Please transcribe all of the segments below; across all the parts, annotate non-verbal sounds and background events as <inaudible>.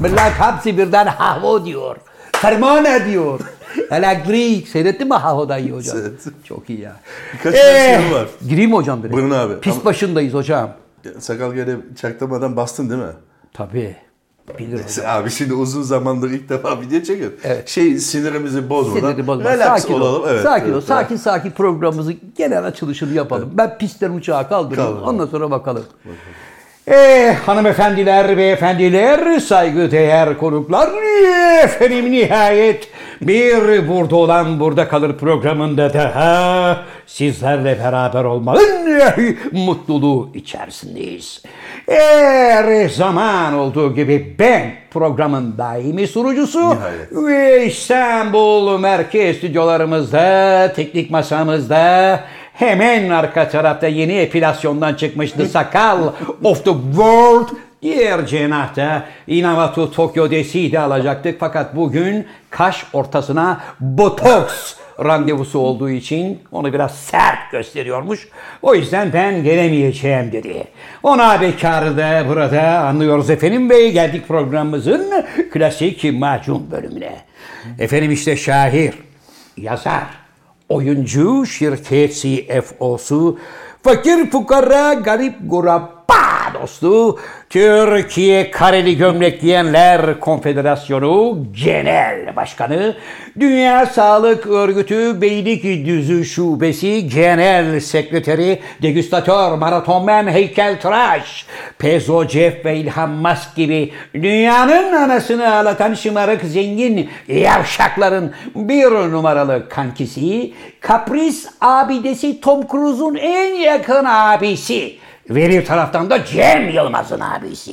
Millet hepsi birden havo diyor. Ferman ediyor. Elektrik. Seyrettin mi Havo'dayı hocam? Seyrettim. Çok iyi ya. Eh! Birkaç Ee. tane soru var. Gireyim mi hocam direkt? Buyurun abi. Pis Ama- başındayız hocam. Sakal gene çaktırmadan bastın değil mi? Tabii. Bilir hocam. Abi şimdi uzun zamandır ilk defa video çekiyoruz. Evet. Şey sinirimizi bozmadan. Sinirleri bozma. Relax sakin olalım. Ol. Evet, sakin ol. evet, Sakin sakin programımızı genel açılışını yapalım. Ben pistten uçağa kaldırdım. Kaldırın. Ondan sonra bakalım. Ee, hanımefendiler, beyefendiler, saygıdeğer konuklar, efendim nihayet bir burada olan burada kalır programında daha sizlerle beraber olmanın mutluluğu içerisindeyiz. Her zaman olduğu gibi ben programın daimi sunucusu Nihayet. ve İstanbul merkez stüdyolarımızda, teknik masamızda, hemen arka tarafta yeni epilasyondan çıkmış The Sakal of the World Diğer cenahta Inavatu Tokyo Desi'yi de alacaktık fakat bugün kaş ortasına botoks randevusu olduğu için onu biraz sert gösteriyormuş. O yüzden ben gelemeyeceğim dedi. Ona bekarı da burada anlıyoruz efendim ve geldik programımızın klasik macun bölümüne. Efendim işte şair, yazar, oyuncu, şirket CFO'su, fakir fukara, garip guraba dostu Türkiye Kareli Gömlek Giyenler Konfederasyonu Genel Başkanı, Dünya Sağlık Örgütü Beylikdüzü Şubesi Genel Sekreteri, Degüstatör, Maratonmen, Heykeltıraş, Pezo Jeff ve İlhan Musk gibi dünyanın anasını ağlatan şımarık zengin yavşakların bir numaralı kankisi, kapris abidesi Tom Cruise'un en yakın abisi. Veri taraftan da Cem Yılmaz'ın abisi.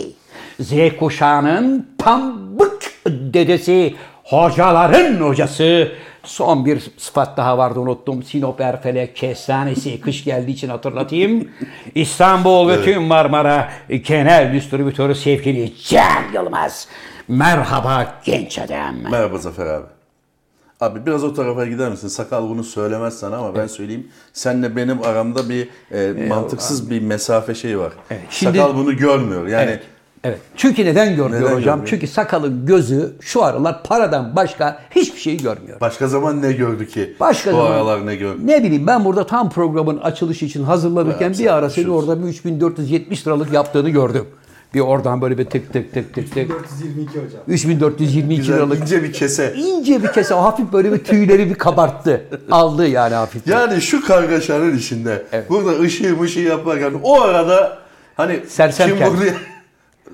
Z kuşağının pambık dedesi, hocaların hocası. Son bir sıfat daha vardı unuttum. Sinop Erfelek Kestanesi. Kış geldiği için hatırlatayım. İstanbul ve tüm Marmara genel distribütörü sevgili Cem Yılmaz. Merhaba genç adam. Merhaba Zafer abi. Abi biraz o tarafa gider misin? Sakal bunu söylemez sana ama ben söyleyeyim. Senle benim aramda bir e, mantıksız bir mesafe şeyi var. Şimdi- Sakal bunu görmüyor. Yani Evet. Evet. Çünkü neden görmüyor Neden hocam? görmüyor? Çünkü sakalın gözü şu aralar paradan başka hiçbir şeyi görmüyor. başka zaman ne gördü ki? Başka Bu zaman- aralar ne gördü? Ne bileyim ben burada tam programın açılışı için hazırlanırken Evet, bir ara seni konuşuruz. orada bir 3470 liralık yaptığını gördüm. Bir oradan böyle bir tık tık tık tık tık. 422 hocam. 3422 Güzel, liralık ince bir kese. ince bir kese hafif böyle bir tüyleri bir <laughs> kabarttı. Aldı yani hafif. Yani şu kargaşanın içinde burada ışığı mışığı yaparken o arada hani Sersemken. kim buraya...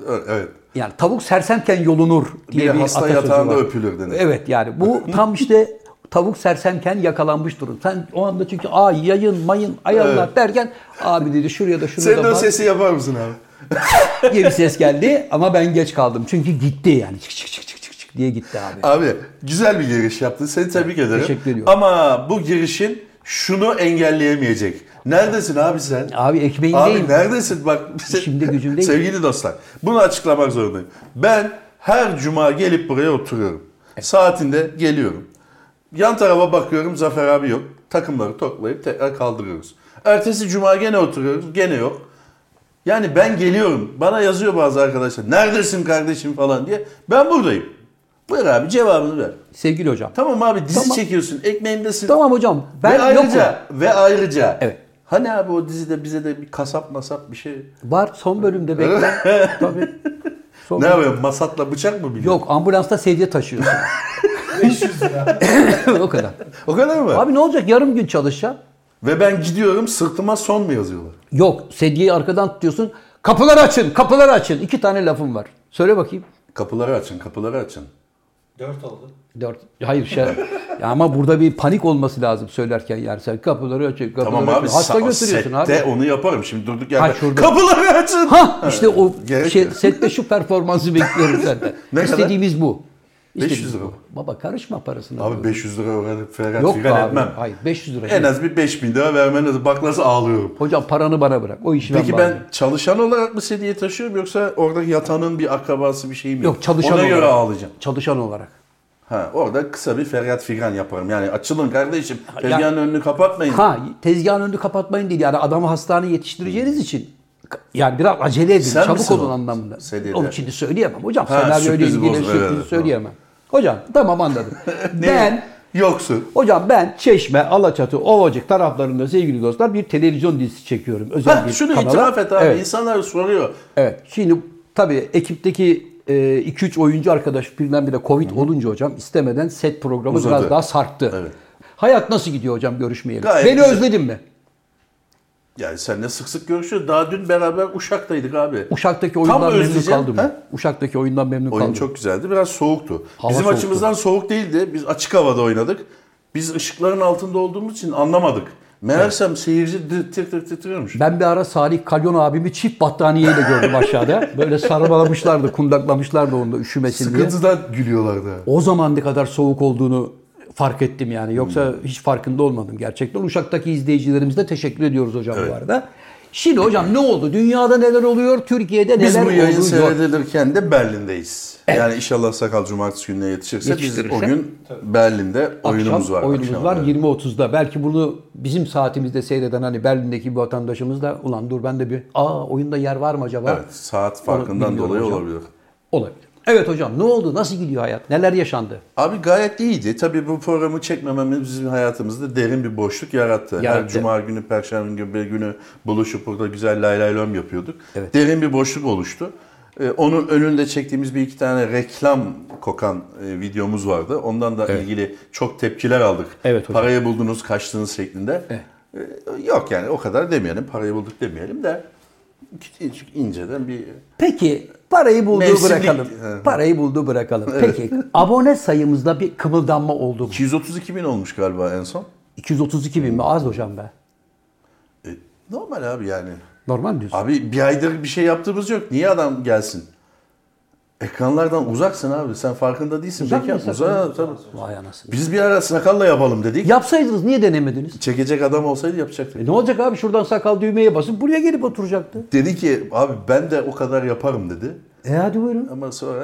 evet. Yani tavuk sersemken yolunur diye Bir de bir hasta atasözü yatağında var. öpülür denir. Evet yani <laughs> bu tam işte tavuk sersemken yakalanmış durum. Sen o anda çünkü aa yayın mayın ayarlar derken abi dedi şuraya da şuraya Sen da de o bak. sesi yapar mısın abi? diye bir ses geldi ama ben geç kaldım. Çünkü gitti yani çık çık çık çık çık, çık diye gitti abi. Abi güzel bir giriş yaptın. Seni tebrik ederim. Teşekkür ediyorum. Ama bu girişin şunu engelleyemeyecek. Neredesin abi sen? Abi Abi ekmeğindeyim. <laughs> neredesin? Bak İşimde gücümdeyim. Sevgili dostlar, bunu açıklamak zorundayım. Ben her cuma gelip buraya oturuyorum. Saatinde geliyorum. Yan tarafa bakıyorum Zafer abi yok. Takımları toplayıp tekrar kaldırıyoruz. Ertesi cuma gene oturuyoruz. Gene yok. Yani ben geliyorum. Bana yazıyor bazı arkadaşlar. Neredesin kardeşim falan diye. Ben buradayım. Buyur abi cevabını ver. Sevgili hocam. Tamam abi dizi Tamam. çekiyorsun. Ekmeğindesin. Tamam hocam ve ben yokum. ayrıca ve ayrıca. Evet. Hani abi o dizide bize de bir kasap masap bir şey. Var son bölümde <laughs> bekle. Tabii. Son Ne bölüm- yapıyor? Masatla bıçak mı biliyor? Yok ambulansta sedye taşıyorsun. <laughs> 500 <laughs> lira. o kadar. O kadar mı? Abi ne olacak yarım gün çalışacağım. Ve ben gidiyorum sırtıma son mu yazıyorlar? Yok sedyeyi arkadan tutuyorsun. Kapıları açın kapıları açın. İki tane lafım var. Söyle bakayım. Kapıları açın, kapıları açın. 4 oldu. Dört. Hayır şey. Ya ama burada bir panik olması lazım söylerken yani sen kapıları açın kapıları Tamam açın. abi Hasta sa- götürüyorsun abi. sette onu yaparım. Şimdi durduk yerde. Ha, şurada. Kapıları açın. Ha işte o Gerek şey, yok. sette şu performansı bekliyoruz senden. <laughs> Ne kadar? İstediğimiz bu. 500 İstediğimiz lira bu. mı? Baba karışma parasına. Abi 500 lira öğrenip ferhat Yok be figan abi. etmem. Hayır 500 lira. şey. En az bir 5000 lira vermen lazım. Bak nasıl ağlıyorum. Hocam paranı bana bırak. O işi Peki ben, ben bağlayayım. çalışan olarak mı sediye taşıyorum yoksa oradaki yatanın bir akrabası bir şey mi? Yok çalışan Ona olarak. göre ağlayacağım. Çalışan olarak. Ha, orada kısa bir feryat figan yaparım. Yani açılın kardeşim. ya- Feryanın önünü kapatmayın. Ha tezgahın önünü kapatmayın değil yani adamı hastaneye yetiştireceğiniz için yani biraz acele edin. Hmm. Sen çabuk misin olun o? anlamında. Sedyede. Onu şimdi söyleyemem. Hocam Ha, senaryo ile sürpriz ilgili bozma, sürpriz evet, söyleyemem. Hocam tamam <laughs> anladım. ben Yoksun. Hocam ben Çeşme, Alaçatı, Ovacık taraflarında sevgili dostlar bir televizyon dizisi çekiyorum. Özel Ha, bir şunu kanala. itiraf et abi. Evet. İnsanlar soruyor. Evet. Şimdi tabii ekipteki 2-3 oyuncu arkadaş birdenbire Covid olunca hocam istemeden set programı Uzadı. biraz daha sarktı. Evet. Hayat nasıl gidiyor hocam görüşmeyeli? Gayet Beni güzel. özledin mi? Yani seninle sık sık görüşüyoruz. Daha dün beraber Uşak'taydık abi. Uşaktaki Tam oyundan memnun özleyeceğim, kaldım. ha? Uşaktaki oyundan memnun Oyun kaldım. çok güzeldi. Biraz soğuktu. Hava Bizim soğuktu. açımızdan soğuk değildi. Biz açık havada oynadık. Biz ışıkların altında olduğumuz için anlamadık. Meğersem seyirci dı- tir tir titriyormuş. Ben bir ara Salih Kalyon abimi çift battaniyeyle gördüm <laughs> aşağıda. Böyle sarmalamışlardı, kundaklamışlardı onu da üşümesin diye. Sıkıntıdan gülüyorlardı. O zaman ne kadar soğuk olduğunu fark ettim yani. Yoksa Hmm. hiç farkında olmadım gerçekten. Uşak'taki izleyicilerimize de teşekkür ediyoruz hocam bu arada. Şimdi hocam ne oldu? Dünyada neler oluyor? Türkiye'de Biz neler bu yayın oluyor? seyredilirken de Berlin'deyiz. Yani inşallah sakal cumartesi gününe yetişirse biz Yetiştirirse. o gün Berlin'de oyunumuz var. oyunumuz akşam, var evet. 20.30'da. Belki bunu bizim saatimizde seyreden hani Berlin'deki bir vatandaşımız da ulan dur ben de bir aa oyunda yer var mı acaba? Evet, saat farkından bilmiyorum dolayı hocam. olabilir. Olabilir. Evet hocam ne oldu? Nasıl gidiyor hayat? Neler yaşandı? Abi gayet iyiydi. Tabii bu programı çekmememiz bizim hayatımızda derin bir boşluk yarattı. Her Yarattı. cuma günü, perşembe günü, bir günü buluşup burada güzel lay lay lom yapıyorduk. Evet. Derin bir boşluk oluştu. Ee, onun önünde çektiğimiz bir iki tane reklam kokan e, videomuz vardı. Ondan da ilgili çok tepkiler aldık. Evet hocam. Parayı buldunuz, kaçtınız şeklinde. Ee, yok yani o kadar demeyelim. Parayı bulduk demeyelim de inceden bir Peki parayı bulduğu Mevsimlik- bırakalım. Hı. Parayı bulduğu bırakalım. Peki <laughs> abone sayımızda bir kımıldanma oldu mu? 232 bin olmuş galiba en son. 232 bin mi? Az hocam be. E, normal abi yani. Normal diyorsun. Abi bir aydır bir şey yaptığımız yok. Niye adam gelsin? Ekranlardan uzaksın abi. Sen farkında değilsin. Uzak Bekar. mıyız Uzağa, tabii. Vay anasını. Biz bir ara sakalla yapalım dedik. Yapsaydınız niye denemediniz? Çekecek adam olsaydı yapacaktık. E ne olacak abi şuradan sakal düğmeye basıp buraya gelip oturacaktı. Dedi ki abi ben de o kadar yaparım dedi. E hadi buyurun. Ama sonra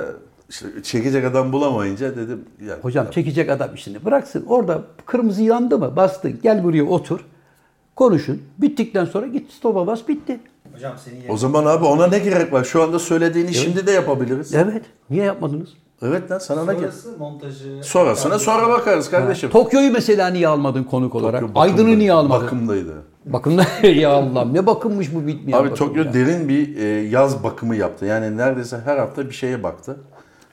işte çekecek adam bulamayınca dedim ya Hocam çekecek adam işini bıraksın. Orada kırmızı yandı mı bastın gel buraya otur. Konuşun. Bittikten sonra git stopa bas bitti. Hocam senin o zaman abi ona ne gerek var? Şu anda söylediğini şimdi de yapabiliriz. Evet. Niye yapmadınız? Evet lan sana ne gerek? Sonrası montajı. Sonrasına sonra bakarız kardeşim. Tokyo'yu mesela niye almadın konuk olarak? Tokyo bakımdaydı. Aydın'ı niye almadın? Bakımdaydı. Bakımda <laughs> ya Allah'ım ne bakımmış bu bitmiyor. Abi bakım Tokyo ya. derin bir e, yaz bakımı yaptı. Yani neredeyse her hafta bir şeye baktı.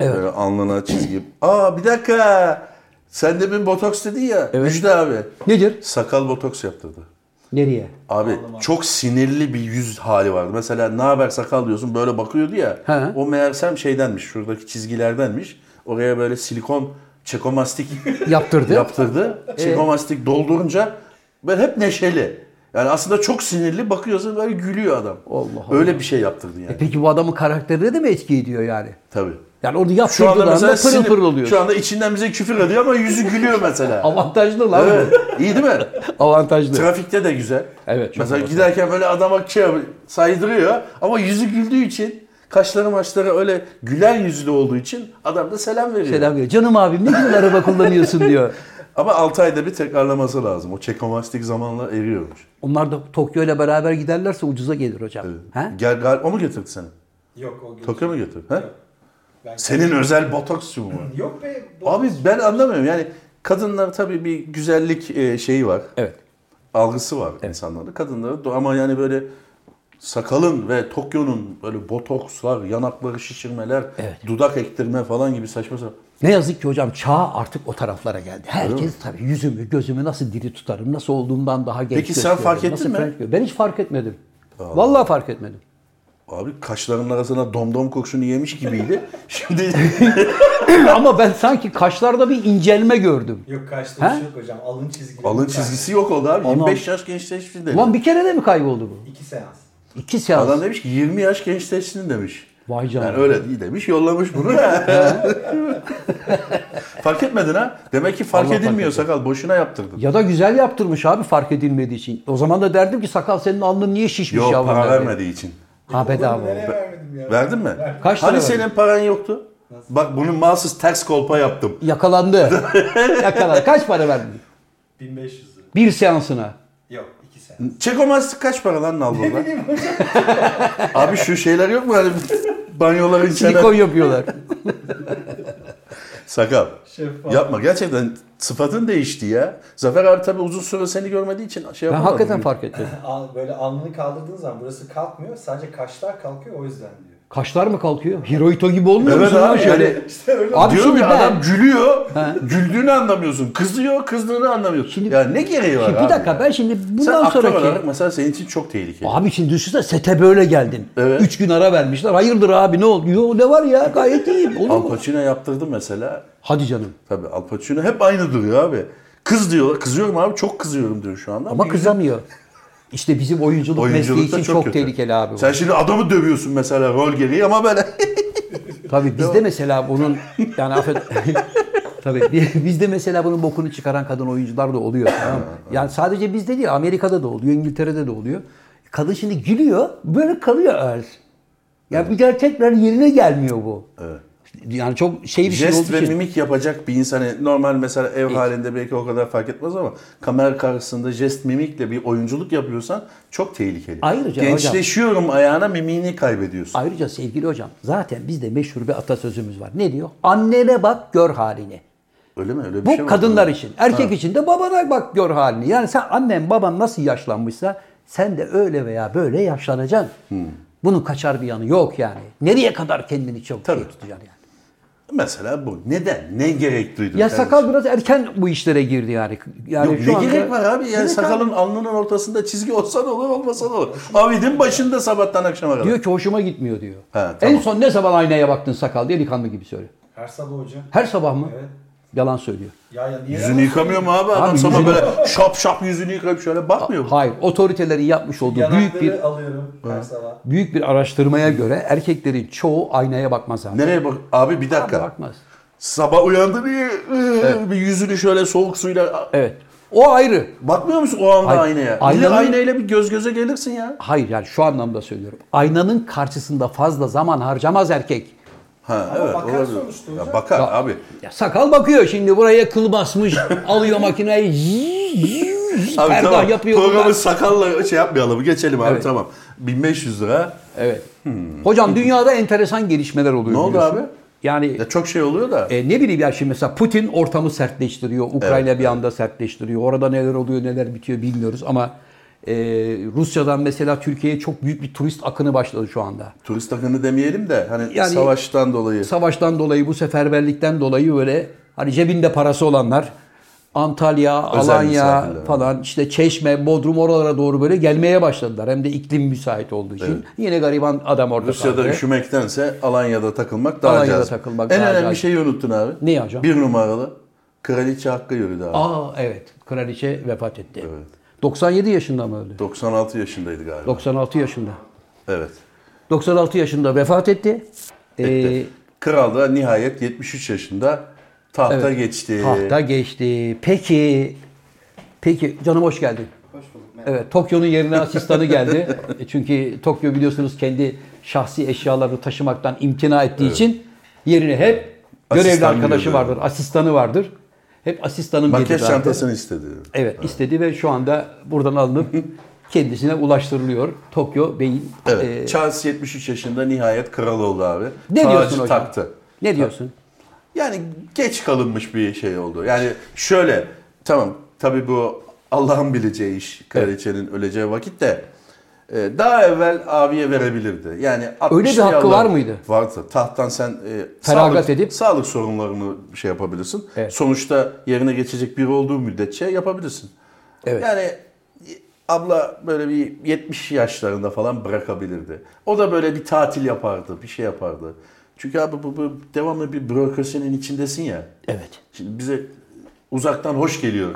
Evet. Böyle alnına çizgi. Aa bir dakika. Sen demin botoks dedin ya. Müjde abi. Nedir? Sakal botoks yaptırdı. Nereye? Abi çok sinirli bir yüz hali vardı. Mesela ne haber sakal diyorsun böyle bakıyordu ya. He. O meğersem şeydenmiş. Şuradaki çizgilerdenmiş. Oraya böyle silikon çekomastik Yaptırdı. yaptırdı. Çekomastik doldurunca böyle hep neşeli. Yani aslında çok sinirli bakıyorsun böyle gülüyor adam. Allah Öyle bir şey yaptırdı yani. Peki bu adamın karakterine de mi etki ediyor yani? Tabii. Yani onu Şu anda yaptırdığında mesela pırıl sinir- pırıl oluyor. Şu anda içinden bize küfür ediyor ama yüzü gülüyor mesela. Avantajlı lan. evet. <laughs> İyi değil mi? bu. Avantajlı. Trafikte de güzel. Evet, çok Mesela güzel. giderken böyle adama şey yap- saydırıyor ama yüzü güldüğü için kaşları maçları öyle gülen yüzlü olduğu için adam da selam veriyor. Selam veriyor. Canım abim ne güzel araba kullanıyorsun diyor. Ama 6 ayda bir tekrarlaması lazım. O çekomastik zamanla eriyormuş. Onlar da Tokyo ile beraber giderlerse ucuza gelir hocam. Ha? Gel, gel, o mu getirdi seni? Yok o gün. Tokyo mu götür? Ha? Ben- Senin özel botoksçu mu <clears throat> var? Yok be. bu- Abi ben anlamıyorum yani kadınlar tabii bir güzellik e, şeyi var. Evet. Algısı var insanlarda. Kadınlara do- ama yani böyle sakalın ve Tokyo'nun böyle botokslar, yanakları şişirmeler, dudak ektirme falan gibi saçma sapan. Ne yazık ki hocam çağ artık o taraflara geldi. Herkes tabii yüzümü, gözümü nasıl diri tutarım, nasıl olduğumdan daha genç Peki sen gösteririm, fark ettin nasıl mi? frenk- Ben hiç fark etmedim. Vallahi fark etmedim. <clears throat> Abi kaşlarının arasına domdom kokşunu yemiş gibiydi. Şimdi Ama ben sanki kaşlarda bir incelme gördüm. Yok Ha? kaçta bir şey yok hocam. Alın çizgileri. alın çizgisi yok oldu abi. Anam. 25 yaş gençleşti dedi. Ulan bir kere de mi kayboldu bu? İki seans. İki seans. Adam demiş ki 20 yaş gençleşsin demiş. Vay canına. Yani öyle değil demiş yollamış bunu. fark etmedin ha? Demek ki fark Allah fark edilmiyor etti. sakal. Boşuna yaptırdın. Ya da güzel yaptırmış abi fark edilmediği için. O zaman da derdim ki sakal senin alnın niye şişmiş Yok yavrum para derdim. vermediği için. Ha bedava. Bunu nereye vermedim ya? Verdin mi? Kaç hani lira senin paran yoktu? Bak bunu mahsus ters kolpa yaptım. <laughs> Yakalandı. Yakalandı. Kaç para verdin? 1500 lira. Bir seansına. Yok iki mesela. Çekomastik kaç para lan Ne <laughs> Nalbur'da? bileyim <laughs> hocam. Abi şu şeyler yok mu hani banyoların Silikon içine? yapıyorlar. Sakal. Şeffaf. Yapma gerçekten sıfatın değişti ya. Zafer abi tabii uzun süre seni görmediği için şey Ben yapamadım. hakikaten fark ettim. Al- Böyle alnını kaldırdığın zaman burası kalkmıyor. Sadece kaşlar kalkıyor o yüzden diyor. Kaşlar mı kalkıyor? Hirohito gibi olmuyor Evet musun abi abi şöyle? yani İşte öyle. Abi diyorum şimdi ya ben- adam gülüyor. Güldüğünü anlamıyorsun. Kızıyor, kızdığını anlamıyorsun. ya ne gereği var Şimdi abi bir dakika ya? ben şimdi Sen bundan aktör sonraki... olarak mesela senin için çok tehlikeli. Abi şimdi düşünsene sete böyle geldin. Evet. Üç gün ara vermişler. Hayırdır abi ne oldu? Yo ne var ya gayet iyiyim. Olur Al mu? Pacino yaptırdı mesela. Hadi canım. Tabii Al Pacino hep aynı duruyor abi. Kız diyor. Kızıyorum abi çok kızıyorum diyor şu anda. Ama kızamıyor. İşte bizim oyunculuk, mesleği Oyunculukta için çok, çok, kötü. tehlikeli abi. bu. Sen şimdi adamı dövüyorsun mesela rol gereği ama böyle Tabii bizde mesela bunun yani affet <laughs> Tabii bi- bizde mesela bunun bokunu çıkaran kadın oyuncular da oluyor. Tamam. mı? Yani sadece bizde değil Amerika'da da oluyor, İngiltere'de de oluyor. Kadın şimdi gülüyor, böyle kalıyor öyle. Ya bir daha tekrar yerine gelmiyor bu. Yani çok şey bir şey jest olduğu ve için. mimik yapacak bir insanı normal mesela ev halinde belki o kadar fark etmez ama kamera karşısında jest mimikle bir oyunculuk yapıyorsan çok tehlikeli. Ayrıca hocam- Gençleşiyorum ayağına mimini kaybediyorsun. Ayrıca sevgili hocam zaten bizde meşhur bir atasözümüz var. Ne diyor? Annene bak gör halini. Öyle mi? Öyle bir Bu şey mi? kadınlar için. Erkek için de babana bak gör halini. Yani sen annen baban nasıl yaşlanmışsa sen de öyle veya böyle yaşlanacaksın. Hmm. Bunun kaçar bir yanı yok yani. Nereye kadar kendini çok Tabii. şey tutacaksın yani. Mesela bu. Neden? Ne gerek duydun? Ya kardeşim? sakal biraz erken bu işlere girdi yani. yani Yok, şu ne anda- gerek var abi? Yani Evet sakalın alnının ortasında çizgi olsa da olur olmasa da olur. Avidin başında sabahtan akşama kadar. Diyor ki hoşuma gitmiyor diyor. Ha, tamam. En son ne zaman aynaya baktın sakal diye delikanlı gibi söylüyor. Her sabah hocam. Her sabah mı? Evet. Yalan söylüyor. Ya ya niye? Yüzünü yıkamıyor mu abi? Adam Abi sabah yüzünü- böyle şap şap yüzünü yıkayıp şöyle bakmıyor mu? Hayır. Otoritelerin yapmış olduğu büyük Yanakları bir alıyorum her sabah. büyük bir araştırmaya göre erkeklerin çoğu aynaya bakmaz abi. Nereye bak? Abi bir dakika. Bakmaz. Sabah uyandı bir, bir yüzünü şöyle soğuk suyla Evet. O ayrı. bakmıyor musun o anda Hayır. aynaya? Bir de Aynanın- aynayla bir göz göze gelirsin ya. Hayır yani şu anlamda söylüyorum. Aynanın karşısında fazla zaman harcamaz erkek. Ha Ama evet bakar olabilir. sonuçta Ya hocam. bakar abi. Ya sakal bakıyor şimdi buraya kıl basmış. <laughs> alıyor makineyi. <laughs> zzz, zzz, Abi Perdah tamam. yapıyor. Programı bunlar. sakalla şey yapmayalım. Geçelim abi Evet. tamam. 1500 lira. Evet. Hocam dünyada enteresan gelişmeler oluyor. Ne oldu biliyorsun. abi? Yani Ya çok şey oluyor da. E, ne bileyim ya şimdi mesela Putin ortamı sertleştiriyor. Ukrayna bir anda sertleştiriyor. Orada neler oluyor neler bitiyor bilmiyoruz ama e, Rusya'dan mesela Türkiye'ye çok büyük bir turist akını başladı şu anda. Turist takını demeyelim de hani Yani- savaştan dolayı. Savaştan dolayı bu seferberlikten dolayı böyle hani cebinde parası olanlar Antalya, Özel Alanya misafirler. falan işte Çeşme, Bodrum oralara doğru böyle gelmeye başladılar. Hem de iklim müsait olduğu için. Yine gariban adam orada Rusya'da kaldı. üşümektense Alanya'da takılmak daha Alanya'da cazip. takılmak en daha önemli cazip. şeyi unuttun abi. Ne hocam? Bir numaralı. Kraliçe Hakkı yürüdü abi. Aa evet. Kraliçe vefat etti. 97 yaşında mı öldü? 96 yaşındaydı galiba. 96 yaşında. Evet. 96 yaşında vefat etti. Ee, Kral da nihayet 73 yaşında tahta geçti. tahta geçti. Peki, peki canım hoş geldin. Hoş bulduk. Merhaba. Evet, Tokyo'nun yerine asistanı <laughs> geldi. E, Çünkü Tokyo biliyorsunuz kendi şahsi eşyalarını taşımaktan imtina ettiği için yerine hep görevli Asistan arkadaşı geliyor, vardır, asistanı vardır. Hep asistanın biri Makyaj vardır. çantasını istedi. Evet, istedi ve şu anda buradan alınıp <laughs> kendisine ulaştırılıyor. Tokyo Bey'in Evet. e, Charles 73 yaşında nihayet kral oldu abi. ne Tacı diyorsun hocam? taktı. Ne diyorsun? Yani geç kalınmış bir şey oldu. Yani şöyle tamam tabii bu Allah'ın bileceği iş kraliçenin öleceği vakit de e, daha evvel abiye verebilirdi. Yani 60'lı bir hakkı yıllar- var mıydı? Vardı. Tahttan sen e, Feragat sağlık, edip- sağlık sorunlarını şey yapabilirsin. Evet. Sonuçta yerine geçecek biri olduğu müddetçe yapabilirsin. Evet. Yani e, abla böyle bir 70 yaşlarında falan bırakabilirdi. O da böyle bir tatil yapardı, bir şey yapardı. Çünkü abi bu, bu devamlı bir bürokrasinin içindesin ya. Evet. Şimdi bize uzaktan hoş geliyor.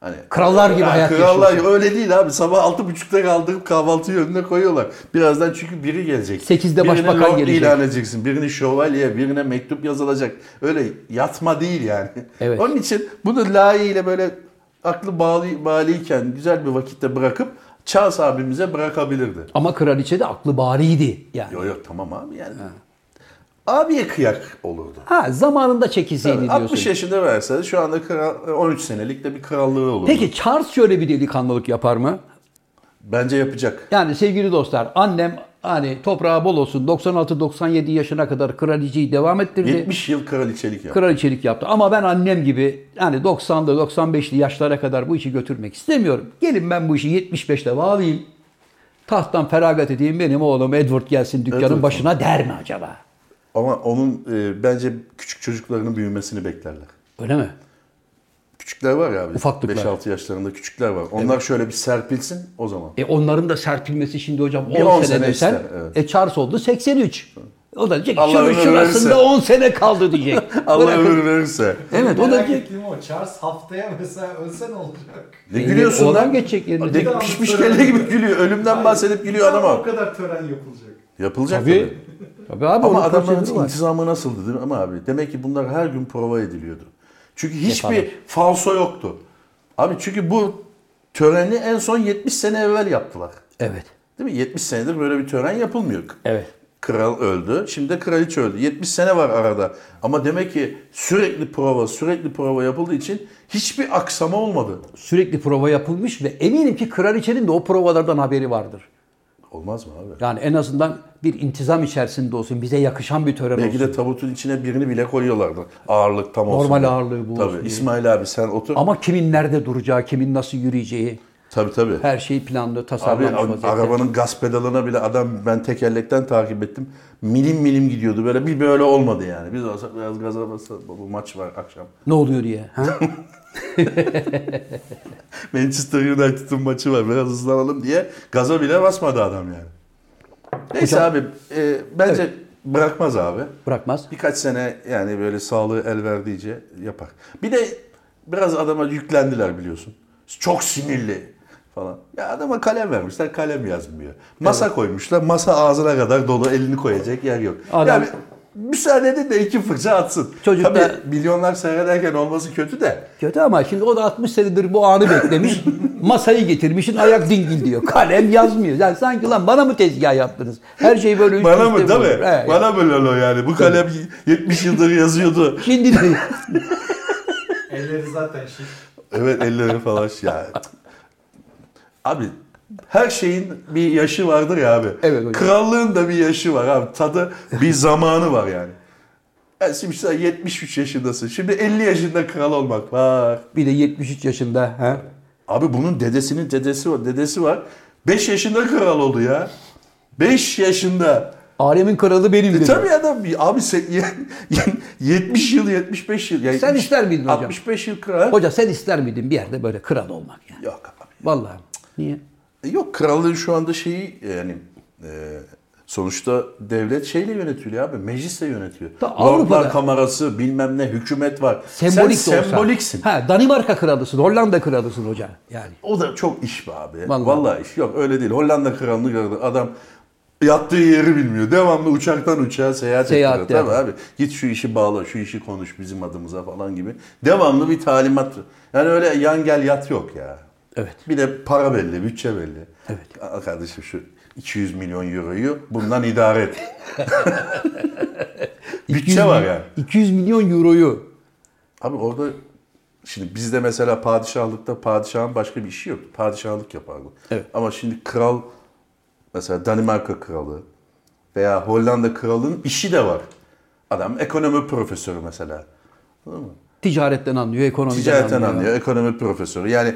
Hani Krallar gibi Ha, hayat Krallar yaşıyorsun. öyle değil abi. Sabah altı buçukta kaldırıp kahvaltıyı önüne koyuyorlar. Birazdan çünkü biri gelecek. Sekizde Birine başbakan lord gelecek. ilan edeceksin. Birini şövalye, birine mektup yazılacak. Öyle yatma değil yani. Evet. Onun için bunu layığıyla böyle aklı bağlı, bağlıyken güzel bir vakitte bırakıp Charles abimize bırakabilirdi. Ama kraliçe de aklı bariydi yani. Yok yok tamam abi yani. Abiye kıyak olurdu. Ha zamanında çekilseydi Evet, diyorsun. 60 yaşında verse şu anda kral, 13 e, senelik de bir krallığı olur. Peki Charles şöyle bir delikanlılık yapar mı? Bence yapacak. Yani sevgili dostlar annem hani toprağı bol olsun 96-97 yaşına kadar kraliçeyi devam ettirdi. 70 yıl kraliçelik yaptı. Kraliçelik yaptı. Ama ben annem gibi yani 90'lı 95'li yaşlara kadar bu işi götürmek istemiyorum. Gelin ben bu işi 75'te bağlayayım. Tahttan feragat edeyim benim oğlum Edward gelsin dükkanın Edward. başına der mi acaba? Ama onun e, bence küçük çocuklarının büyümesini beklerler. Öyle mi? Küçükler var ya abi. Ufaklıklar. 5-6 yaşlarında küçükler var. Onlar şöyle bir serpilsin o zaman. E onların da serpilmesi şimdi hocam 10, Bir on sene, sene desen ister, evet. e Charles oldu 83. O da diyecek Allah şunun ömür şurasında verirse. 10 sene kaldı diyecek. <laughs> Allah Bırakın. ömür verirse. Evet o da Merak diyecek. ettiğim o. Charles haftaya mesela ölse ne olacak? Ee, Ne gülüyorsun Oradan lan? geçecek yerine. Ne daha pişmiş sonra- kelle gibi gülüyor. Ölümden bahsedip gülüyor Ama O adama. kadar tören yapılacak. Yapılacak Tabii. tabii. Tabii abi Ama onun adamların prosedürü var. intizamı nasıldı değil mi Ama abi? Demek ki bunlar her gün prova ediliyordu. Çünkü Yaparlar. hiçbir falso yoktu. Abi çünkü bu töreni en son 70 sene evvel yaptılar. Evet. Değil mi? 70 senedir böyle bir tören yapılmıyor. Evet. Kral öldü. Şimdi de kraliçe öldü. 70 sene var arada. Ama demek ki sürekli prova, sürekli prova yapıldığı için hiçbir aksama olmadı. Sürekli prova yapılmış ve eminim ki kraliçenin de o provalardan haberi vardır. Olmaz mı abi? Yani en azından bir intizam içerisinde olsun. Bize yakışan bir tören Belki olsun. de tabutun içine birini bile koyuyorlardı. Ağırlık tam olsun. Normal diye. ağırlığı bu Tabii. olsun diye. İsmail abi sen otur. Ama kimin nerede duracağı, kimin nasıl yürüyeceği. Tabii tabii. Her şey planlı, Abi tasarlanmış a- vaziyette. arabanın gaz pedalına bile adam ben tekerlekten takip ettim. Milim milim gidiyordu böyle bir böyle olmadı yani. Biz olsak biraz gaza basalım. Bu maç var akşam. Ne oluyor diye. <laughs> Ha? Manchester United'ın maçı var biraz hızlanalım diye gaza bile basmadı adam yani. Neyse Hocam- abi e, bence bırakmaz abi. Bırakmaz. Birkaç sene yani böyle sağlığı el verdiğince yapar. Bir de biraz adama yüklendiler biliyorsun. Çok sinirli falan. Ya adama kalem vermişler kalem yazmıyor. Masa koymuşlar masa ağzına kadar dolu elini koyacak yer yok. Adam- Yani müsaade edin de iki fırça atsın. Çocuk Tabii da- milyonlar seyrederken olması kötü de. Kötü ama şimdi o da 60 senedir bu anı <laughs> beklemiş. Masayı getirmişin ayak dingil diyor. Kalem yazmıyor. Yani sanki lan bana mı tezgah yaptınız? Her şey böyle üst Bana üste mı değil mi? olur. He, Bana mı Lolo yani? Bu kalem 70 yıldır yazıyordu. Şimdi de <laughs> Elleri zaten şiş. Evet elleri falan şey- ya. Abi her şeyin bir yaşı vardır ya abi. Evet hocam. Krallığın da bir yaşı var abi. Tadı bir zamanı var yani. Yani şimdi sen 73 yaşındasın. Şimdi 50 yaşında kral olmak var. bir de 73 yaşında. Ha? Abi bunun dedesinin dedesi var. Dedesi var. 5 yaşında kral oldu ya. 5 yaşında. Alemin kralı benim E dedi. tabii adam abi sen <laughs> 70 yıl 75 yıl. Yani Sen ister miydin hocam? 65 yıl kral. Hoca sen ister miydin bir yerde böyle kral olmak yani? Yok abi. Vallahi. Niye? E Yok krallığın şu anda şeyi yani e, sonuçta devlet şeyle yönetiliyor abi meclisle yönetiyor. Da Avrupa'da- Lordlar kamerası bilmem ne hükümet var. Sembolik Sen de olsa. semboliksin. Ha, Danimarka kralısın, Hollanda kralısın hoca. Yani. O da çok iş be abi. Vallahi. Vallahi, iş yok öyle değil. Hollanda kralını gördü adam yattığı yeri bilmiyor. Devamlı uçaktan uçağa seyahat, Seyahat ettiriyor. Tabii yani. abi git şu işi bağla şu işi konuş bizim adımıza falan gibi. Devamlı bir talimat. Yani öyle yan gel yat yok ya. Evet. Bir de para belli, bütçe belli. Evet. Al kardeşim şu 200 milyon euroyu bundan idare et. bütçe var yani. 200 milyon euroyu. Abi orada şimdi bizde mesela padişahlıkta padişahın başka bir işi yok. Padişahlık yapardı. Evet. Ama şimdi kral mesela Danimarka kralı veya Hollanda kralının işi de var. Adam ekonomi profesörü mesela. Ticaretten anlıyor, ekonomiden Ticaretten anlıyor. anlıyor, ekonomi profesörü. Yani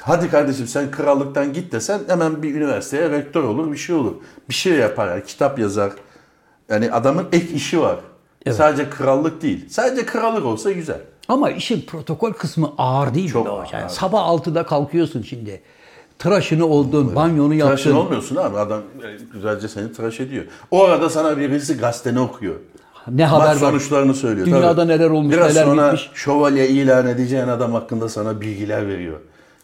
hadi kardeşim sen krallıktan git desen hemen bir üniversiteye rektör olur, bir şey olur. Bir şey yapar, yani, kitap yazar. Yani adamın ek işi var. Sadece krallık değil. Sadece krallık olsa güzel. Ama işin protokol kısmı ağır değil mi Çok be hocam? ağır abi. Sabah 6'da kalkıyorsun şimdi. Tıraşını oldun, banyonu yaptın. Tıraşın olmuyorsun abi. Adam e, güzelce seni tıraş ediyor. O arada sana birisi gazeteni okuyor. Ne haber Maç var? sonuçlarını söylüyor. Dünyada neler olmuş, Biraz neler sonra bitmiş. şövalye ilan edeceğin adam hakkında sana bilgiler veriyor.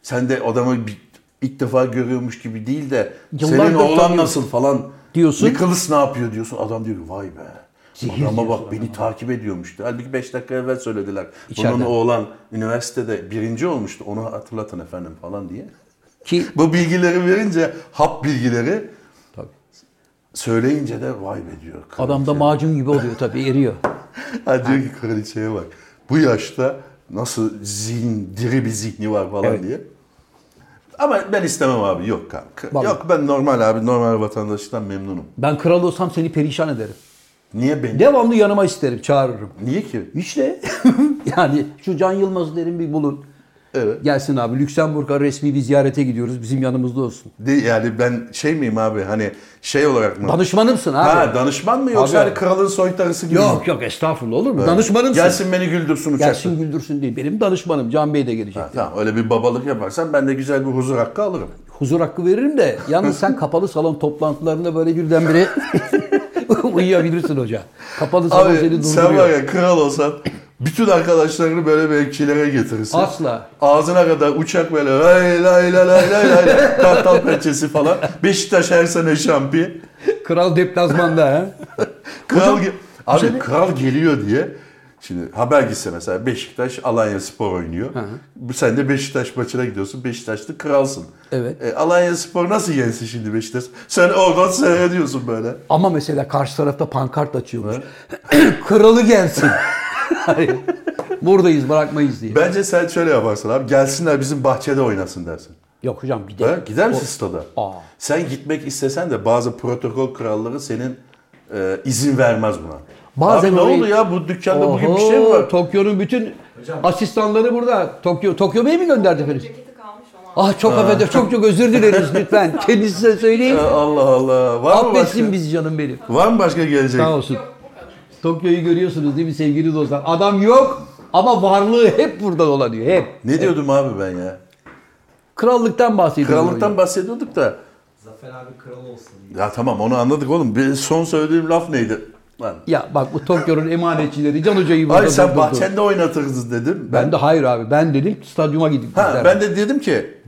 Sen de adamı bi- ilk defa görüyormuş gibi değil de Yıllardır senin oğlan tanıyorsun. nasıl falan Diyorsun. Nicholas ne yapıyor diyorsun. Adam diyor ki vay be. Zehir Adama bak beni takip ediyormuştu. Halbuki 5 dakika evvel söylediler. İçeriden. Bunun oğlan üniversitede birinci olmuştu. Onu hatırlatın efendim falan diye. Ki Bu bilgileri verince hap bilgileri tabii, söyleyince de vay be diyor. adam da kraliçe. macun gibi oluyor tabii, eriyor. Ha diyor ki kraliçeye bak. Bu yaşta nasıl zihin, diri bir zihni var falan Evet. diye. Ama ben istemem abi. Yok kanka. Vallahi. Yok ben normal abi. Normal vatandaşlıktan memnunum. Ben kral olsam seni perişan ederim. Niye ben? Devamlı yanıma isterim, çağırırım. Niye ki? İşte <laughs> yani şu Can Yılmaz derim bir bulun. Evet. Gelsin abi Lüksemburg'a resmi bir ziyarete gidiyoruz. Bizim yanımızda olsun. De- yani ben şey miyim abi hani şey olarak mı? Danışmanımsın abi. ha danışman mı yoksa Abi. hani kralın soytarısı gibi mi? Yok yok estağfurullah olur mu? Danışmanımsın. Gelsin, Gelsin beni güldürsün uçakta. güldürsün değil. Benim danışmanım Can Bey de gelecek. Ha, tamam öyle bir babalık yaparsan ben de güzel bir huzur hakkı alırım. Huzur hakkı veririm de yalnız sen kapalı salon toplantılarında böyle birdenbire <laughs> uyuyabilirsin hoca. Kapalı salon seni Abi sen var durduruyor. ya kral olsan <clears throat> bütün arkadaşlarını böyle bekçilere getirirsin. Asla. Ağzına kadar uçak böyle lay lay lay lay lay lay lay kartal pençesi falan. Beşiktaş her sene şampiyon. Kral deplasmanda ha. Kral ge- abi şey kral geliyor diye Şimdi haber gitse mesela Beşiktaş Alanya Spor oynuyor. Sen de Beşiktaş maçına gidiyorsun. Beşiktaşlı kralsın. Evet. E, Alanya Spor nasıl yensin şimdi Beşiktaş? Sen oradan seyrediyorsun böyle. Ama mesela karşı tarafta pankart açıyormuş. <clears throat> Kralı gelsin. Hani Buradayız bırakmayız diye. Bence sen şöyle yaparsın abi. Gelsinler bizim bahçede oynasın dersin. Yok hocam gidelim. Ha, gider misin stada? Aa. Sen gitmek istesen de bazı protokol kuralları senin e, izin vermez buna. Bazen Abi ne orayı- oldu ya bu dükkanda bugün bir şey mi var? Tokyo'nun bütün Hocam. asistanları burada. Tokyo Tokyo Bey mi gönderdi efendim? Ceketi kalmış ona. Ah çok affedersiniz. Çok çok özür dileriz lütfen. Kendisi size söyleyeyim. Ya Allah Allah. Var mı başka? Affetsin bizi canım benim. Var mı başka gelecek? Sağ olsun. Tokyo'yu görüyorsunuz değil mi sevgili dostlar? Adam yok ama varlığı hep burada dolanıyor. Hep. Ne diyordum abi ben ya? Krallıktan bahsediyorum. Krallıktan bahsediyorduk da. Zafer abi kral olsun diye. Ya tamam onu anladık oğlum. Bir son söylediğim laf neydi? Lan. Ya bak bu Tokyo'nun emanetçileri Can Hoca'yı burada Hayır sen durdurdu. bahçende oynatırsın dedim. Ben de hayır abi. Ben dedim stadyuma gidip Ha, izlerim. ben de dedim ki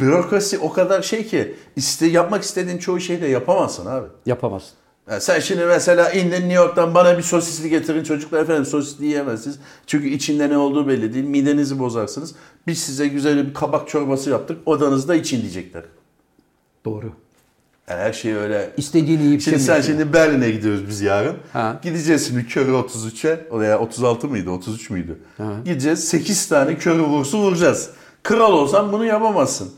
bürokrasi o kadar şey ki iste, yapmak istediğin çoğu şeyi de yapamazsın abi. Yapamazsın. Ya sen şimdi mesela indin New York'tan bana bir sosisli getirin çocuklar efendim sosisli yiyemezsiniz. Çünkü içinde ne olduğu belli değil. Midenizi bozarsınız. Biz size güzel bir kabak çorbası yaptık. Odanızda için diyecekler. Doğru. Yani her şey öyle. İstediğini yiyip Şimdi sen içemiyorsun. şimdi Berlin'e gidiyoruz biz yarın. Ha. Gideceğiz şimdi körü 33'e. O ya 36 mıydı 33 müydü? Gideceğiz 8 tane körü vursu vuracağız. Kral olsan bunu yapamazsın.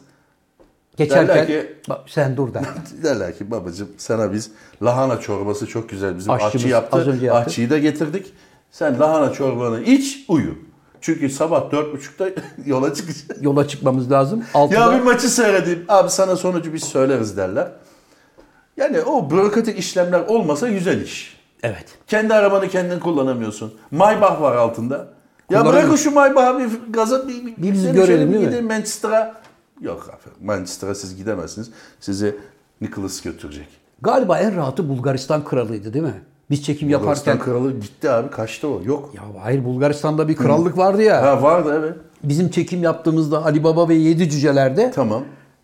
Geçerken derler ki- bak, sen dur der. Derler ki babacığım sana biz lahana çorbası çok güzel bizim Aşçımız ahçı yaptı. az önce yaptı. Ahçıyı da getirdik. Sen lahana çorbanı iç uyu. Çünkü sabah dört buçukta <laughs> yola çıkacaksın. Yola çıkmamız lazım. Altıda ya bir maçı seyredeyim. Abi sana sonucu biz söyleriz derler. Yani o bürokratik işlemler olmasa güzel iş. evet. Kendi arabanı kendin kullanamıyorsun. Maybach var altında. Ya Kullanamıyor. bırakın şu Maybach'ı bir gaza bir, bir, Bir biz gidelim görelim şöyle bir değil mi? gidin Manchester'a. Yok abi Manchester'a siz gidemezsiniz. Sizi Nicholas götürecek. Galiba en rahatı Bulgaristan kralıydı değil mi? Biz çekim Bulgaristan yaparken kralı gitti abi kaçtı o yok. Ya hayır Bulgaristan'da bir krallık vardı ya. Ha vardı evet. Bizim çekim yaptığımızda Ali Baba ve Yedi Cüceler'de Tamam.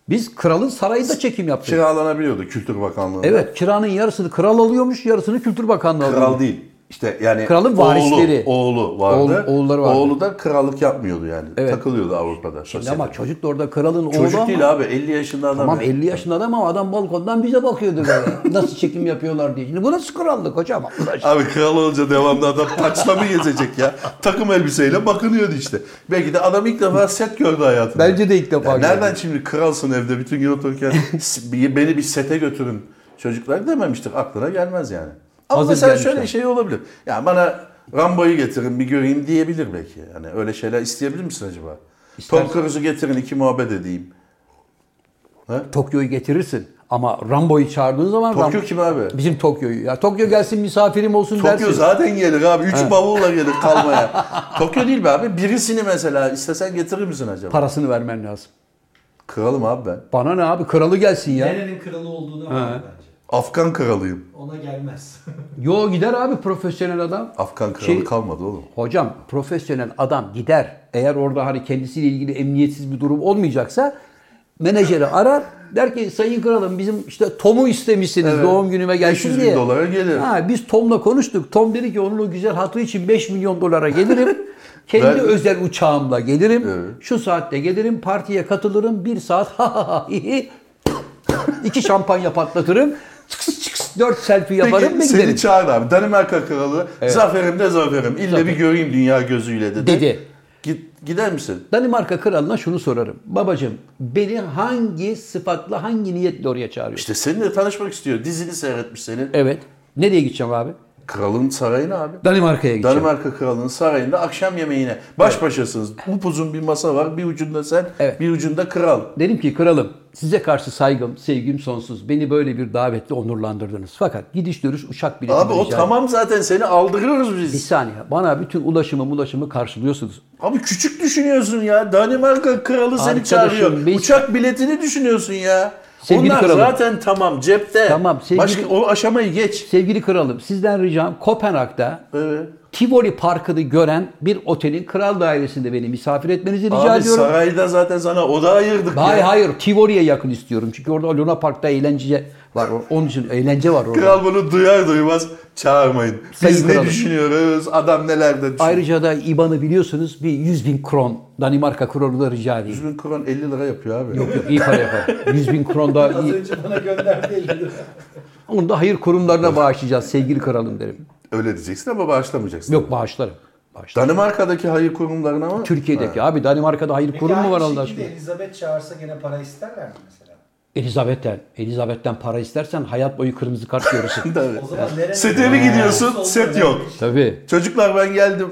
biz kralın sarayında çekim yaptık. Kiralanabiliyordu Kültür Bakanlığı'nda. Evet kiranın yarısını kral alıyormuş yarısını Kültür Bakanlığı alıyormuş. Kral değil. İşte yani Kralın varisleri. Oğlu, oğlu vardı. Oğul- oğulları vardı. Oğlu da krallık yapmıyordu yani. Evet. Takılıyordu Avrupa'da. Ya Ama çocuk da orada kralın oğlu Çocuk ama- değil abi 50 yaşında adam. Tamam ya. 50 yaşında adam ama adam balkondan bize bakıyordu <laughs> böyle. nasıl çekim yapıyorlar diye. Şimdi bu nasıl krallık hocam? Allah aşkına. Abi kral olunca devamlı adam paçla mı gezecek ya? Takım elbiseyle bakınıyordu işte. Belki de adam ilk defa set gördü hayatında. Bence de ilk defa Ya gördü. Nereden şimdi kralsın evde bütün gün otururken "S- beni bir sete götürün çocuklar dememiştir. Aklına gelmez yani. Ama Hazır mesela gelmişler. şöyle şey olabilir. Ya bana Rambo'yu getirin bir göreyim diyebilir belki. Yani öyle şeyler isteyebilir misin acaba? İstersen- Tom Cruise'u getirin iki muhabbet edeyim. Tokyo'yu getirirsin ama Rambo'yu çağırdığın zaman Tokyo Ram- kim abi? Bizim Tokyo'yu. Ya Tokyo gelsin misafirim olsun dersin. Tokyo zaten gelir abi. Üç bavulla gelir <laughs> kalmaya. Tokyo değil be abi. Birisini mesela istesen getirir misin acaba? Parasını vermen lazım. Kralım abi ben. Bana ne abi kralı gelsin ya. Nerenin kralı olduğunu anlar bence. Afgan kralıyım. <laughs> Ona gelmez. Yo gider abi profesyonel adam. Afgan kralı Şey- kalmadı oğlum. Hocam profesyonel adam gider. Eğer orada hani kendisiyle ilgili emniyetsiz bir durum olmayacaksa menajeri arar. Der ki sayın kralım bizim işte Tom'u istemişsiniz Evet. doğum günüme gelsin 500 bin diye. dolara gelir. Ha, biz Tom'la konuştuk. Tom dedi ki onun o güzel hatı için 5 milyon dolara <laughs> gelirim. Kendi Ben- özel uçağımla gelirim. Evet. Şu saatte gelirim. Partiye katılırım. Bir saat ha ha ha hi hi. iki şampanya patlatırım. Çıks çıks dört selfie yaparım ve Peki seni giderim. çağırdı abi. Danimarka kralı zaferim de zaferim. İlle bir göreyim dünya gözüyle dedi. Dedi. Git Gider misin? Danimarka kralına şunu sorarım. Babacım beni hangi sıfatla hangi niyetle oraya çağırıyorsun? İşte seninle tanışmak istiyor. Dizini seyretmiş senin. Evet. Nereye gideceğim abi? Kralın sarayına abi. Danimarka'ya gideceğim. Danimarka kralının sarayında akşam yemeğine baş başasınız. Upuzun bir masa var. Bir ucunda sen, Evet. bir ucunda kral. Dedim ki kralım size karşı saygım, sevgim sonsuz. Beni böyle bir davetle onurlandırdınız. Fakat gidiş dönüş uçak bileti Abi o rica- tamam zaten seni aldırıyoruz biz. Bir saniye. Bana bütün ulaşımı ulaşımı karşılıyorsunuz. Abi küçük düşünüyorsun ya. Danimarka kralı seni Arkadaşım, çağırıyor. biz- Uçak biletini düşünüyorsun ya. Sevgili Onlar kralım. zaten tamam cepte. Tamam, sevgili- Başka o aşamayı geç. Ee, Sevgili kralım sizden ricam Kopenhag'da Evet. Tivoli Parkı'nı gören bir otelin kral dairesinde beni misafir etmenizi rica Abi ediyorum. sarayda zaten sana oda ayırdık Hayır ya. hayır Tivoli'ye yakın istiyorum. Çünkü orada Luna Park'ta eğlence var. Onun için eğlence var orada. Kral bunu duyar duymaz çağırmayın. Biz Sayın ne kralım. düşünüyoruz? Adam neler de düşünüyor. Ayrıca da IBAN'ı biliyorsunuz bir 100 bin kron Danimarka kronu da rica edeyim. 100 bin kron 50 lira yapıyor abi. Yok yok iyi para yapar. 100 bin kron da Az iyi. önce bana gönderdi 50 <laughs> lira. Onu da hayır kurumlarına bağışlayacağız sevgili kralım derim. Öyle diyeceksin ama bağışlamayacaksın. Yok bağışlarım. Bağışlarım. Danimarka'daki hayır kurumlarına mı? Türkiye'deki abi Danimarka'da hayır kurum mu var Allah aşkına? Elizabeth çağırsa gene para isterler mi mesela? Elizabeth'ten. Elizabeth'ten para istersen hayat boyu kırmızı kart görürsün. <laughs> Tabii. O zaman nereye? Sete mi gidiyorsun? Set yok. Tabii. Çocuklar ben geldim.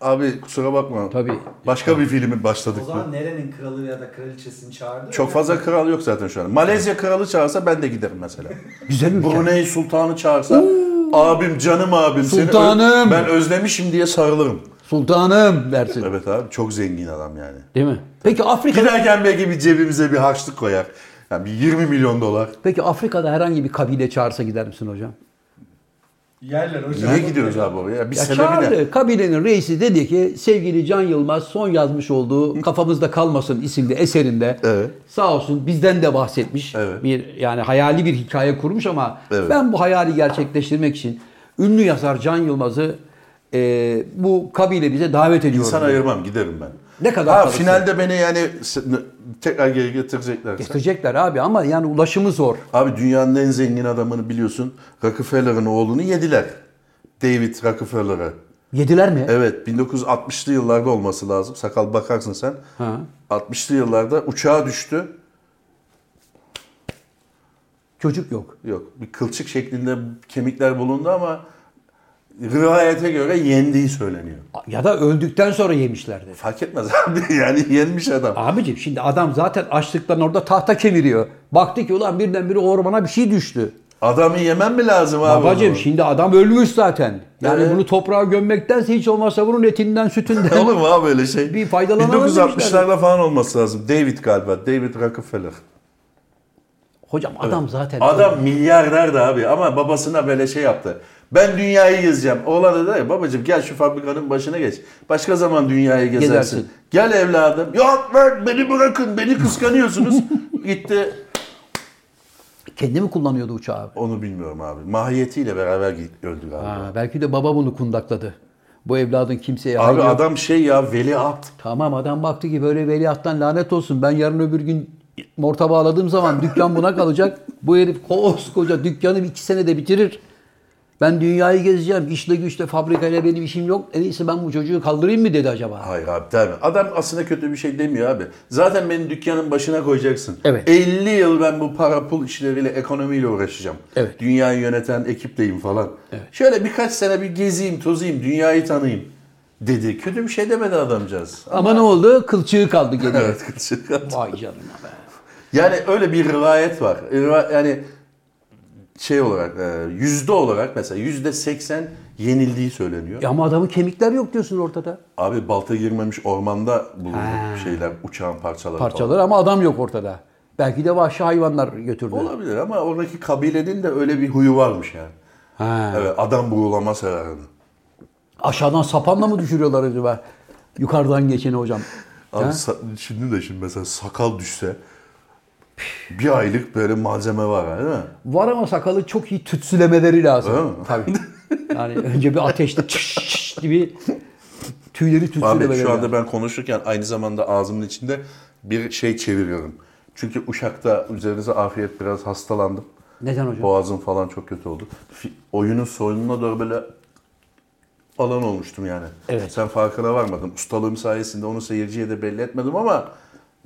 Abi kusura bakma. Tabii. Başka bir filmi başladık. O zaman nerenin kralı ya da kraliçesini çağırdı? Çok fazla kral yok zaten şu an. Malezya kralı çağırsa ben de giderim mesela. Güzel ülke. <laughs> Brunei sultanı çağırsa abim canım abim seni ö- Sultanım. ben özlemişim diye sarılırım. Sultanım dersin. Evet abi çok zengin adam yani. Değil mi? Peki Afrika'da Giderken belki bir cebimize bir harçlık koyar. Yani bir 20 milyon dolar. Peki Afrika'da herhangi bir kabile çağırsa gider misin hocam? Yerler hocam. Niye gidiyoruz abi oraya? Bir Ya sebebi ne? çağırdı. Kabilenin reisi dedi ki sevgili Can Yılmaz son yazmış olduğu Kafamızda Kalmasın isimli eserinde Evet. sağ olsun bizden de bahsetmiş. Evet. Bir yani hayali bir hikaye kurmuş ama Evet. ben bu hayali gerçekleştirmek için ünlü yazar Can Yılmaz'ı e, bu kabile bize davet ediyorum. İnsan diyor. ayırmam giderim ben. Ne kadar Ha, kalırsın? finalde beni yani s- n- tekrar geri getirecekler. Getirecekler abi ama yani ulaşımı zor. Abi dünyanın en zengin adamını biliyorsun. Rockefeller'ın oğlunu yediler. David Rockefeller'ı. Yediler mi? Evet 1960'lı yıllarda olması lazım. Sakal bakarsın sen. Ha. 60'lı yıllarda uçağa düştü. Çocuk yok. Yok bir kılçık şeklinde kemikler bulundu ama rivayete göre yendiği söyleniyor. Ya da öldükten sonra yemişlerdi. Fark etmez <laughs> abi yani yenmiş adam. Abicim şimdi adam zaten açlıktan orada tahta kemiriyor. Baktı ki ulan birdenbire ormana bir şey düştü. Adamı yemen mi lazım abi? o Babacım zaman? şimdi adam ölmüş zaten. Yani Evet. bunu toprağa gömmektense hiç olmazsa bunun etinden, sütünden. <laughs> <laughs> Olur mu abi öyle şey? Bir faydalanamaz 1960'larda falan olması lazım. David galiba. David Rockefeller. Hocam adam zaten Adam milyarder de abi ama babasına böyle şey yaptı. Ben dünyayı gezeceğim. Oğlan da dedi babacım gel şu fabrikanın başına geç. Başka zaman dünyayı gezersin. Gezersin. Gel evladım. Yok ben beni bırakın beni kıskanıyorsunuz. <laughs> Gitti. kendi mi kullanıyordu uçağı abi? Onu bilmiyorum abi. Mahiyetiyle beraber git- öldü galiba. Ha, belki de baba bunu kundakladı. Bu evladın kimseye Abi hayır yok. adam şey ya veliaht. Tamam adam baktı ki böyle veliahttan lanet olsun. Ben yarın öbür gün morta bağladığım zaman dükkan buna kalacak. Bu herif koskoca dükkanı iki senede bitirir. Ben dünyayı gezeceğim. İşle güçle fabrikayla benim işim yok. En iyisi ben bu çocuğu kaldırayım mı dedi acaba? Hayır abi der mi? Adam aslında kötü bir şey demiyor abi. Zaten beni dükkanın başına koyacaksın. Evet. 50 yıl ben bu para pul işleriyle, ekonomiyle uğraşacağım. Evet. Dünyayı yöneten ekipteyim falan. Şöyle birkaç sene bir gezeyim, tozayım, dünyayı tanıyayım dedi. Kötü bir şey demedi adamcağız. Ama ne oldu? Kılçığı kaldı geriye. Evet. kılçık attı. Vay canına be. yani öyle bir rivayet var. Riva- Yani şey olarak, e, yüzde olarak mesela yüzde seksen yenildiği söyleniyor. E ama adamın kemikler yok diyorsun ortada. Abi balta girmemiş ormanda bulundu şeyler, uçağın parçaları falan. Parçaları ama adam yok ortada. Belki de vahşi hayvanlar götürdü. Olabilir ama oradaki kabilenin de öyle bir huyu varmış yani. Ha. Evet adam buğulama severdi. Aşağıdan sapanla mı düşürüyorlar acaba? Yukarıdan geçeni hocam. Abi Ha? sa- şimdi de şimdi mesela sakal düşse bir aylık böyle malzeme var yani değil mi? Var ama sakalı çok iyi tütsülemeleri lazım. Öyle mi? Tabii. Yani önce bir <laughs> ateşte çış çış gibi tüyleri tütsülemeleri Abi şu lazım. anda ben konuşurken aynı zamanda ağzımın içinde bir şey çeviriyorum. Çünkü Uşak'ta üzerinize afiyet biraz hastalandım. Neden hocam? Boğazım falan çok kötü oldu. Fi- oyunun sonuna doğru böyle falan olmuştum yani. Evet. Sen farkına varmadın. Ustalığım sayesinde onu seyirciye de belli etmedim ama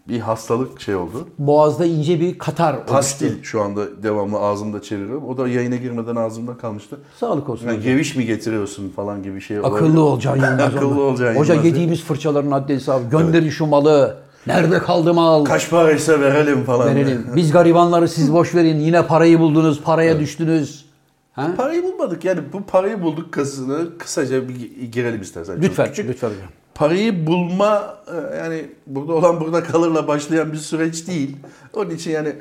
bir hastalık şey oldu. Boğazda ince bir katar oluştu. Pastil şu anda devamlı ağzımda çeviriyorum. O da yayına girmeden ağzımda kalmıştı. Sağlık olsun. Yani geviş mi getiriyorsun falan gibi şey olabilir. Akıllı olacaksın Yılmaz. <laughs> Akıllı Hoca. olacaksın Hoca Yılmaz. yediğimiz fırçaların adli hesabı. Gönderin şu malı. Nerede kaldı mal? Kaç paraysa verelim falan. Verelim. Biz garibanları siz boş verin. Yine parayı buldunuz. Paraya düştünüz. Ha? Parayı bulmadık yani bu parayı bulduk kasını kısaca bir gi- girelim istersen. Çok Lütfen. küçük. Lütfen hocam. Parayı bulma e, yani burada olan burada kalırla başlayan bir süreç değil. Onun için yani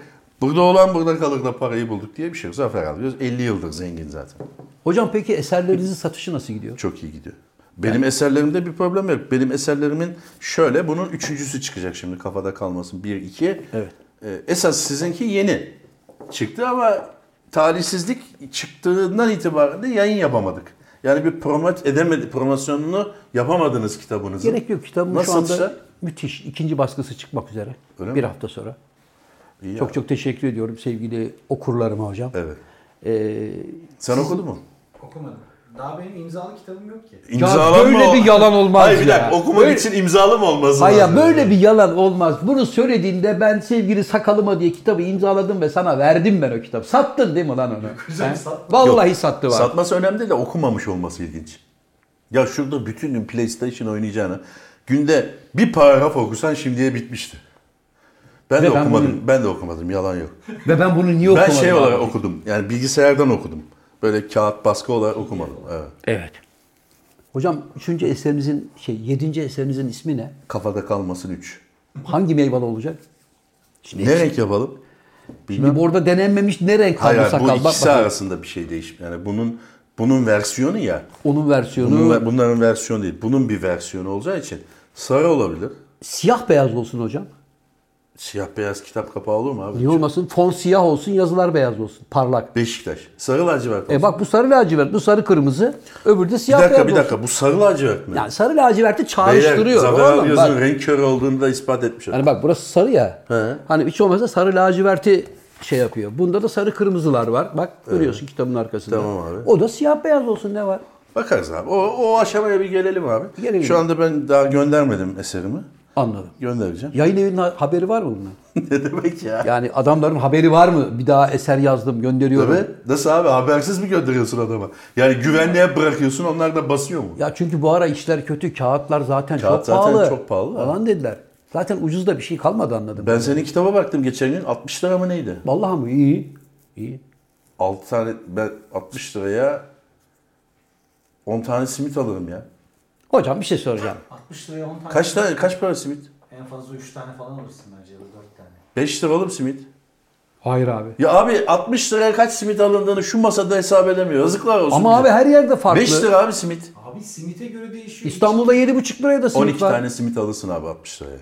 burada olan burada kalırla parayı bulduk diye bir şey yok. Zafer alıyoruz. 50 yıldır zengin zaten. Hocam peki eserlerinizin satışı nasıl gidiyor? Çok iyi gidiyor. Benim eserlerimde bir problem yok. Benim eserlerimin şöyle bunun üçüncüsü çıkacak şimdi kafada kalmasın. Bir, iki. Evet. Ee, esas sizinki yeni çıktı ama talihsizlik çıktığından itibaren de yayın yapamadık. Yani bir promot edemedi, promosyonunu yapamadınız kitabınızın. Gerek yok. Kitabım Nasıl şu anda satışlar? müthiş. ikinci baskısı çıkmak üzere. Öyle bir mi? hafta sonra. İyi ya. Çok çok teşekkür ediyorum sevgili okurlarıma hocam. Evet. Ee, Sen okudun mu? Okumadım. Daha benim imzalı kitabım yok ki. böyle o- bir <laughs> yalan olmaz Hayır bir dakika ya. okumak Böyle- için imzalı mı olması Hayır lazım? böyle bir yalan olmaz. Bunu söylediğinde ben sevgili sakalıma diye kitabı imzaladım ve sana verdim ben o kitabı. Sattın değil mi lan onu? Hocam He? satmadım. Vallahi Yok, sattı şey var. Satması önemli değil de okumamış olması ilginç. Ya şurada bütün gün PlayStation oynayacağına günde bir paragraf okusan şimdiye bitmişti. Ben Ve de ben okumadım. Ben de okumadım. Yalan yok. Ve ben bunu niye ben okumadım? şey abi? olarak okudum. Yani bilgisayardan okudum. Böyle kağıt baskı olarak okumadım. Evet. Evet. Hocam üçüncü eserinizin şey yedinci eserinizin ismi ne? Kafada kalmasın 3. Hangi meyveli olacak? Şimdi, Ne renk yapalım? şimdi bu orada denenmemiş ne renk kaldı Hayır, hayır, sakal? bu Bak ikisi bakayım. arasında bir şey değişmiş. Yani bunun bunun versiyonu ya. Onun versiyonu Bunun, bunların versiyonu değil. Bunun bir versiyonu olacağı için sarı olabilir. siyah beyaz olsun hocam. Siyah beyaz kitap kapağı olur mu abi? Niye olmasın? Fon siyah olsun, yazılar beyaz olsun, parlak. Beşiktaş. Sarı lacivert olsun. E bak bu sarı lacivert, bu sarı kırmızı, öbürü de bir siyah beyaz dakika bir olsun. dakika bu sarı lacivert mi? Yani sarı laciverti çağrıştırıyor. Zafer oğlum, abi bak. gözün renk körü olduğunu da ispat etmiş. Hani bak burası sarı ya. He. Hani hiç olmazsa sarı laciverti şey yapıyor. Bunda da sarı kırmızılar var. Bak görüyorsun kitabın arkasında. Tamam abi. O da siyah beyaz olsun ne var? Bakarız abi. O, o aşamaya bir gelelim abi. Gelelim. Şu anda ben daha göndermedim eserimi. Anladım. Göndereceğim. <laughs> Yayın evinin ha- haberi var mı bundan? ne demek ya? Yani adamların haberi var mı? Bir daha eser yazdım gönderiyorum. Tabii. Nasıl abi habersiz mi gönderiyorsun adama? Yani güvenliğe bırakıyorsun onlar da basıyor mu? Ya çünkü bu ara işler kötü. Kağıtlar zaten Kağıt çok zaten pahalı. çok pahalı da. Falan dediler. Zaten ucuz da bir şey kalmadı anladım. Ben senin kitaba baktım geçen gün 60 lira mı neydi? Vallahi mı? İyi. İyi. 6 tane ben 60 liraya 10 tane simit alırım ya. Hocam bir şey soracağım. 60 liraya 10 tane. Kaç tane kaç para simit? En fazla 3 tane falan alırsın bence ya da 4 tane. 5 lira oğlum simit. Hayır abi. Ya abi 60 liraya kaç simit alındığını şu masada hesap edemiyor. Yazıklar olsun. Ama abi her yerde farklı. 5 lira abi simit. Abi simite göre değişiyor. İstanbul'da 7,5 liraya da simit 12 var. tane simit alırsın abi 60 liraya.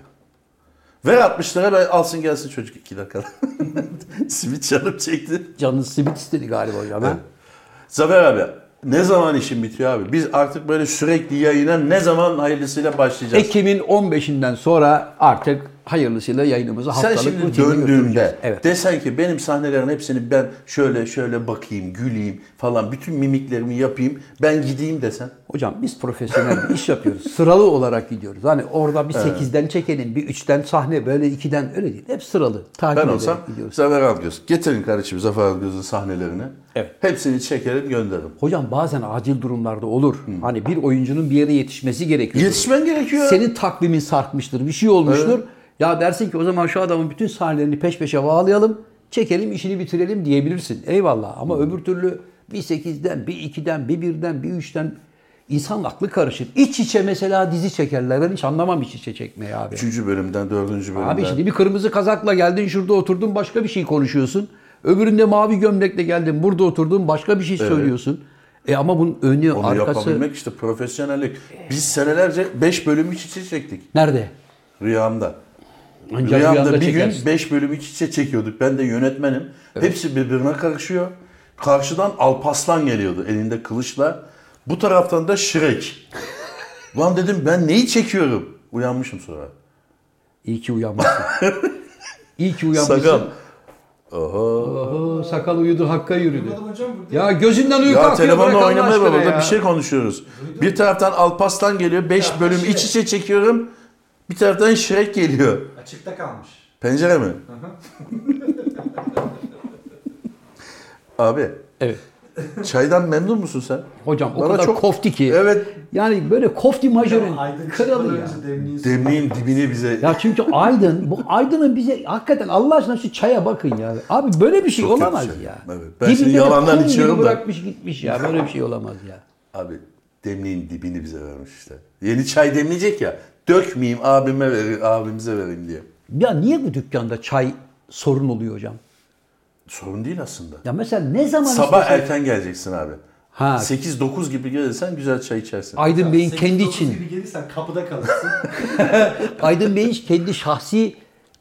Ver 60 lira ben alsın gelsin çocuk 2 dakikada. <laughs> simit canım çekti. Canınız simit istedi galiba hocam. ha? Zafer abi ne zaman işin bitiyor abi? Biz artık böyle sürekli yayına ne zaman hayırlısıyla başlayacağız? Ekim'in 15'inden sonra artık hayırlısıyla yayınımızı Sen haftalık şimdi rutine götüreceğiz. döndüğünde Evet. desen ki benim sahnelerin hepsini ben şöyle şöyle bakayım, güleyim falan bütün mimiklerimi yapayım, ben gideyim desen. Hocam biz profesyonel bir iş <laughs> yapıyoruz. Sıralı olarak gidiyoruz. Hani orada bir 8'den çekelim, bir 3'ten sahne, böyle 2'den öyle değil. Hep sıralı. Takip Ben ederek olsam gidiyoruz. Zafer Algöz. Getirin kardeşim Zafer Algöz'ün sahnelerini. Evet. Hepsini çekerim gönderirim. Hocam bazen acil durumlarda olur. Hani bir oyuncunun bir yere yetişmesi gerekiyor. Yetişmen gerekiyor. Senin takvimin sarkmıştır, bir şey olmuştur. Ya dersin ki o zaman şu adamın bütün sahnelerini peş peşe bağlayalım, çekelim, işini bitirelim diyebilirsin. Eyvallah ama öbür türlü bir 8'den, bir 2'den, bir 1'den, bir 3'ten insan aklı karışır. İç içe mesela dizi çekerler. Ben hiç anlamam iç içe çekmeyi abi. Üçüncü bölümden, dördüncü bölümden. Abi şimdi bir kırmızı kazakla geldin şurada oturdun başka bir şey konuşuyorsun. Öbüründe mavi gömlekle geldin burada oturdun başka bir şey söylüyorsun. E ama bunun önü, Onu arkası... yapabilmek işte profesyonellik. Biz senelerce 5 bölüm iç içe çektik Nerede? rüyamda. Ancak rüyamda, rüyanda bir gün çekersin. 5 bölüm iç içe çekiyorduk. Ben de yönetmenim. Hepsi birbirine karışıyor. Karşıdan Alpaslan geliyordu elinde kılıçla. Bu taraftan <laughs> da Şirek. Lan dedim ben neyi çekiyorum? Uyanmışım sonra. <laughs> İyi ki uyanmışsın. İyi ki uyanmışsın. Sakal. Oho. Oho, sakal uyudu hakka yürüdü. Duymadım hocam burada. Ya gözünden uyku Ya akıyor. bırak telefonla Allah oynamaya aşkına bak burada ya. bir şey konuşuyoruz. Bir taraftan Alpaslan geliyor. 5 Ya, bölüm şey. iç içe çekiyorum. Bir taraftan Şirek geliyor. Açıkta kalmış. Pencere mi? Abi Evet. çaydan memnun musun sen? Hocam o Bana kadar çok- kofti ki. Evet. Yani böyle kofti majörün Aydın kralı çıkmadan ya. önce demliği su- Demliğin dibini bize Ya çünkü Aydın, bu Aydın'ın bize hakikaten Allah aşkına şu çaya bakın ya. Abi böyle bir şey Çok kötü olamaz şey. ya. Evet, ben Dibinde şimdi de yalandan kum gibi içiyorum da. bırakmış gitmiş ya. Böyle bir şey olamaz ya. Abi demliğin dibini bize vermişler. Yeni çay demleyecek ya. Dökmeyeyim abime verin, abimize vereyim diye. Ya niye bu dükkanda çay sorun oluyor hocam? Sorun değil aslında. Ya mesela ne zaman Sabah istesen- erken geleceksin abi. şey- Ha. 8-9 gibi gelirsen güzel çay içersin. Aydın Bey'in Sekiz, kendi dokuz için, gibi gelirsen kapıda kalırsın. Aydın Bey'in kendi şahsi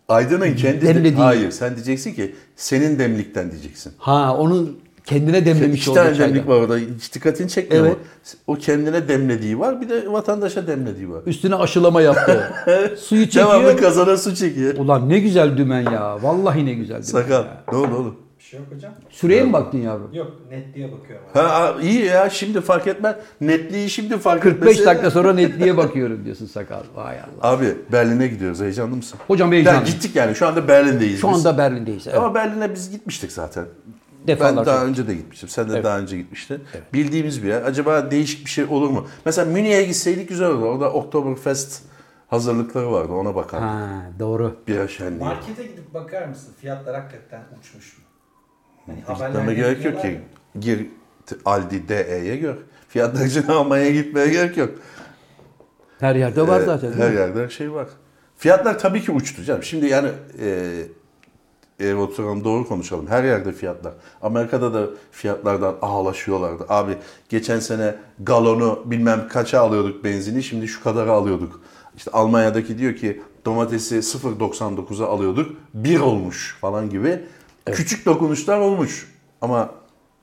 Aydın'ın kendi Demlediği. Hayır sen diyeceksin ki senin demlikten diyeceksin. ha onun kendine demlemiş İki oldu tane çaydan. demlik var orada. Hiç dikkatini çekmiyor Evet. mu? O kendine demlediği var bir de vatandaşa demlediği var. Üstüne aşılama <laughs> yaptı. Suyu Devamlı çekiyor. kazana su çekiyor. Ulan ne güzel dümen ya. Vallahi ne güzel dümen. Sakal. ya. Ne oldu oğlum? <laughs> bir şey yok hocam. Süreye mi baktın yavrum? Yok netliğe bakıyorum. Ha, ha, iyi ya şimdi fark etmez. Netliği şimdi fark 45 etmesi- dakika sonra netliğe bakıyorum diyorsun sakal. Vay Allah. Abi Berlin'e gidiyoruz. Heyecanlı mısın? Hocam heyecanlı. Yani gittik yani. Şu anda Berlin'deyiz Şu biz. anda Berlin'deyiz. Evet. Ama Berlin'e biz gitmiştik zaten. Defalarca. Ben daha önce de gitmiştim. Sen de daha önce gitmiştin. Bildiğimiz bir yer. Acaba değişik bir şey olur mu? Mesela Münih'e gitseydik güzel olur. Orada Oktoberfest hazırlıkları vardı. Ona bakalım. Ha, doğru. Bir şenliği. Markete gidip bakar mısın? Fiyatlar hakikaten uçmuş mu? Hani Gitmeme gerek yok ki. yapıyorlar ya. Gir t- Aldi DE'ye gör. Fiyatlar <laughs> için almaya gitmeye gerek yok. Her yerde E, var Ee, zaten. değil Her mi? yerde her şey var. Fiyatlar tabii ki uçtu canım. Şimdi yani e, ev oturalım doğru konuşalım. Her yerde fiyatlar. Amerika'da da fiyatlardan ağlaşıyorlardı. Abi geçen sene galonu bilmem kaça alıyorduk benzini şimdi şu kadara alıyorduk. İşte Almanya'daki diyor ki domatesi 0.99'a alıyorduk. 1 olmuş falan gibi. Küçük dokunuşlar olmuş. Ama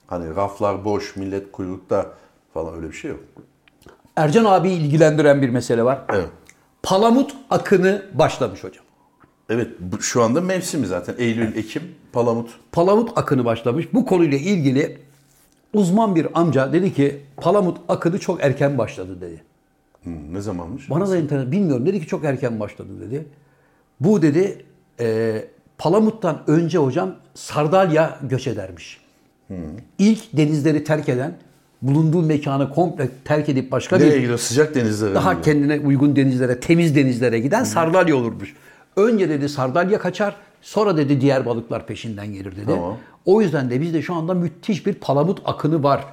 hani raflar boş, millet kuyrukta falan öyle bir şey yok. Ercan abi ilgilendiren bir mesele var. Evet. Palamut akını başlamış hocam. Evet bu- şu anda mevsimi zaten. Eylül, Ekim, palamut. Palamut akını başlamış. Bu konuyla ilgili uzman bir amca dedi ki palamut akını çok erken başladı dedi. Hmm, ne zamanmış? Bana da internet bilmiyorum dedi ki çok erken başladı dedi. Bu dedi e, Palamut'tan önce hocam Sardalya göç edermiş. Hmm. İlk denizleri terk eden bulunduğu mekanı komple terk edip başka Nereye bir gidiyor? Sıcak denizlere mi daha gidiyor? kendine uygun denizlere, temiz denizlere giden Hmm. sardalya olurmuş. Önce dedi sardalya kaçar, sonra dedi diğer balıklar peşinden gelir dedi. Tamam. O yüzden de bizde şu anda müthiş bir palamut akını var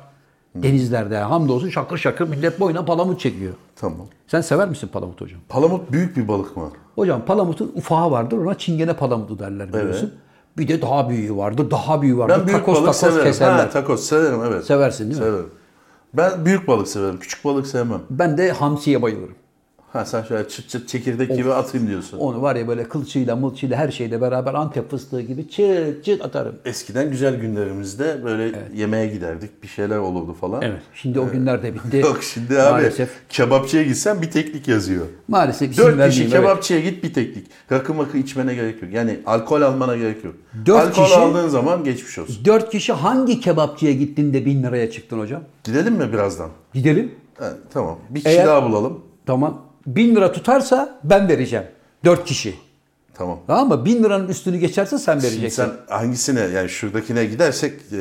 Hmm. denizlerde. Hamdolsun şakır şakır millet boyuna palamut çekiyor. Tamam. Sen sever misin palamut hocam? Palamut büyük bir balık mı? Hocam palamutun ufağı vardır. Ona çingene palamutu derler biliyorsun. Bir de daha büyüğü vardır. Daha büyüğü vardır. Ben büyük takos balık takos severim. keserler. Ha, takos severim evet. Seversin değil mi? Severim. Ben büyük balık severim. Küçük balık sevmem. Ben de hamsiye bayılırım. Ha sen şöyle çıt çıt çekirdek gibi atayım diyorsun. Onu var ya böyle kılçıyla mılçıyla her şeyle beraber Antep fıstığı gibi çıt çıt atarım. Eskiden güzel günlerimizde böyle yemeğe giderdik. Bir şeyler olurdu falan. Şimdi o günler de bitti. <laughs> Yok şimdi abi Maalesef. kebapçıya gitsen bir teknik yazıyor. Maalesef isim Dört kişi vermeyeyim. evet. kebapçıya git bir teknik. Rakı makı içmene gerek yok. Yani alkol almana gerek yok. Dört alkol kişi- aldığın zaman geçmiş olsun. Dört kişi hangi kebapçıya gittin de bin liraya çıktın hocam? Gidelim mi birazdan? Gidelim. Ha, tamam. Bir kişi Eğer- daha bulalım. Tamam. Bin lira tutarsa ben vereceğim. Dört kişi. Tamam. Tamam mı? Bin liranın üstünü geçerse sen vereceksin. Şimdi sen hangisine yani şuradakine gidersek e,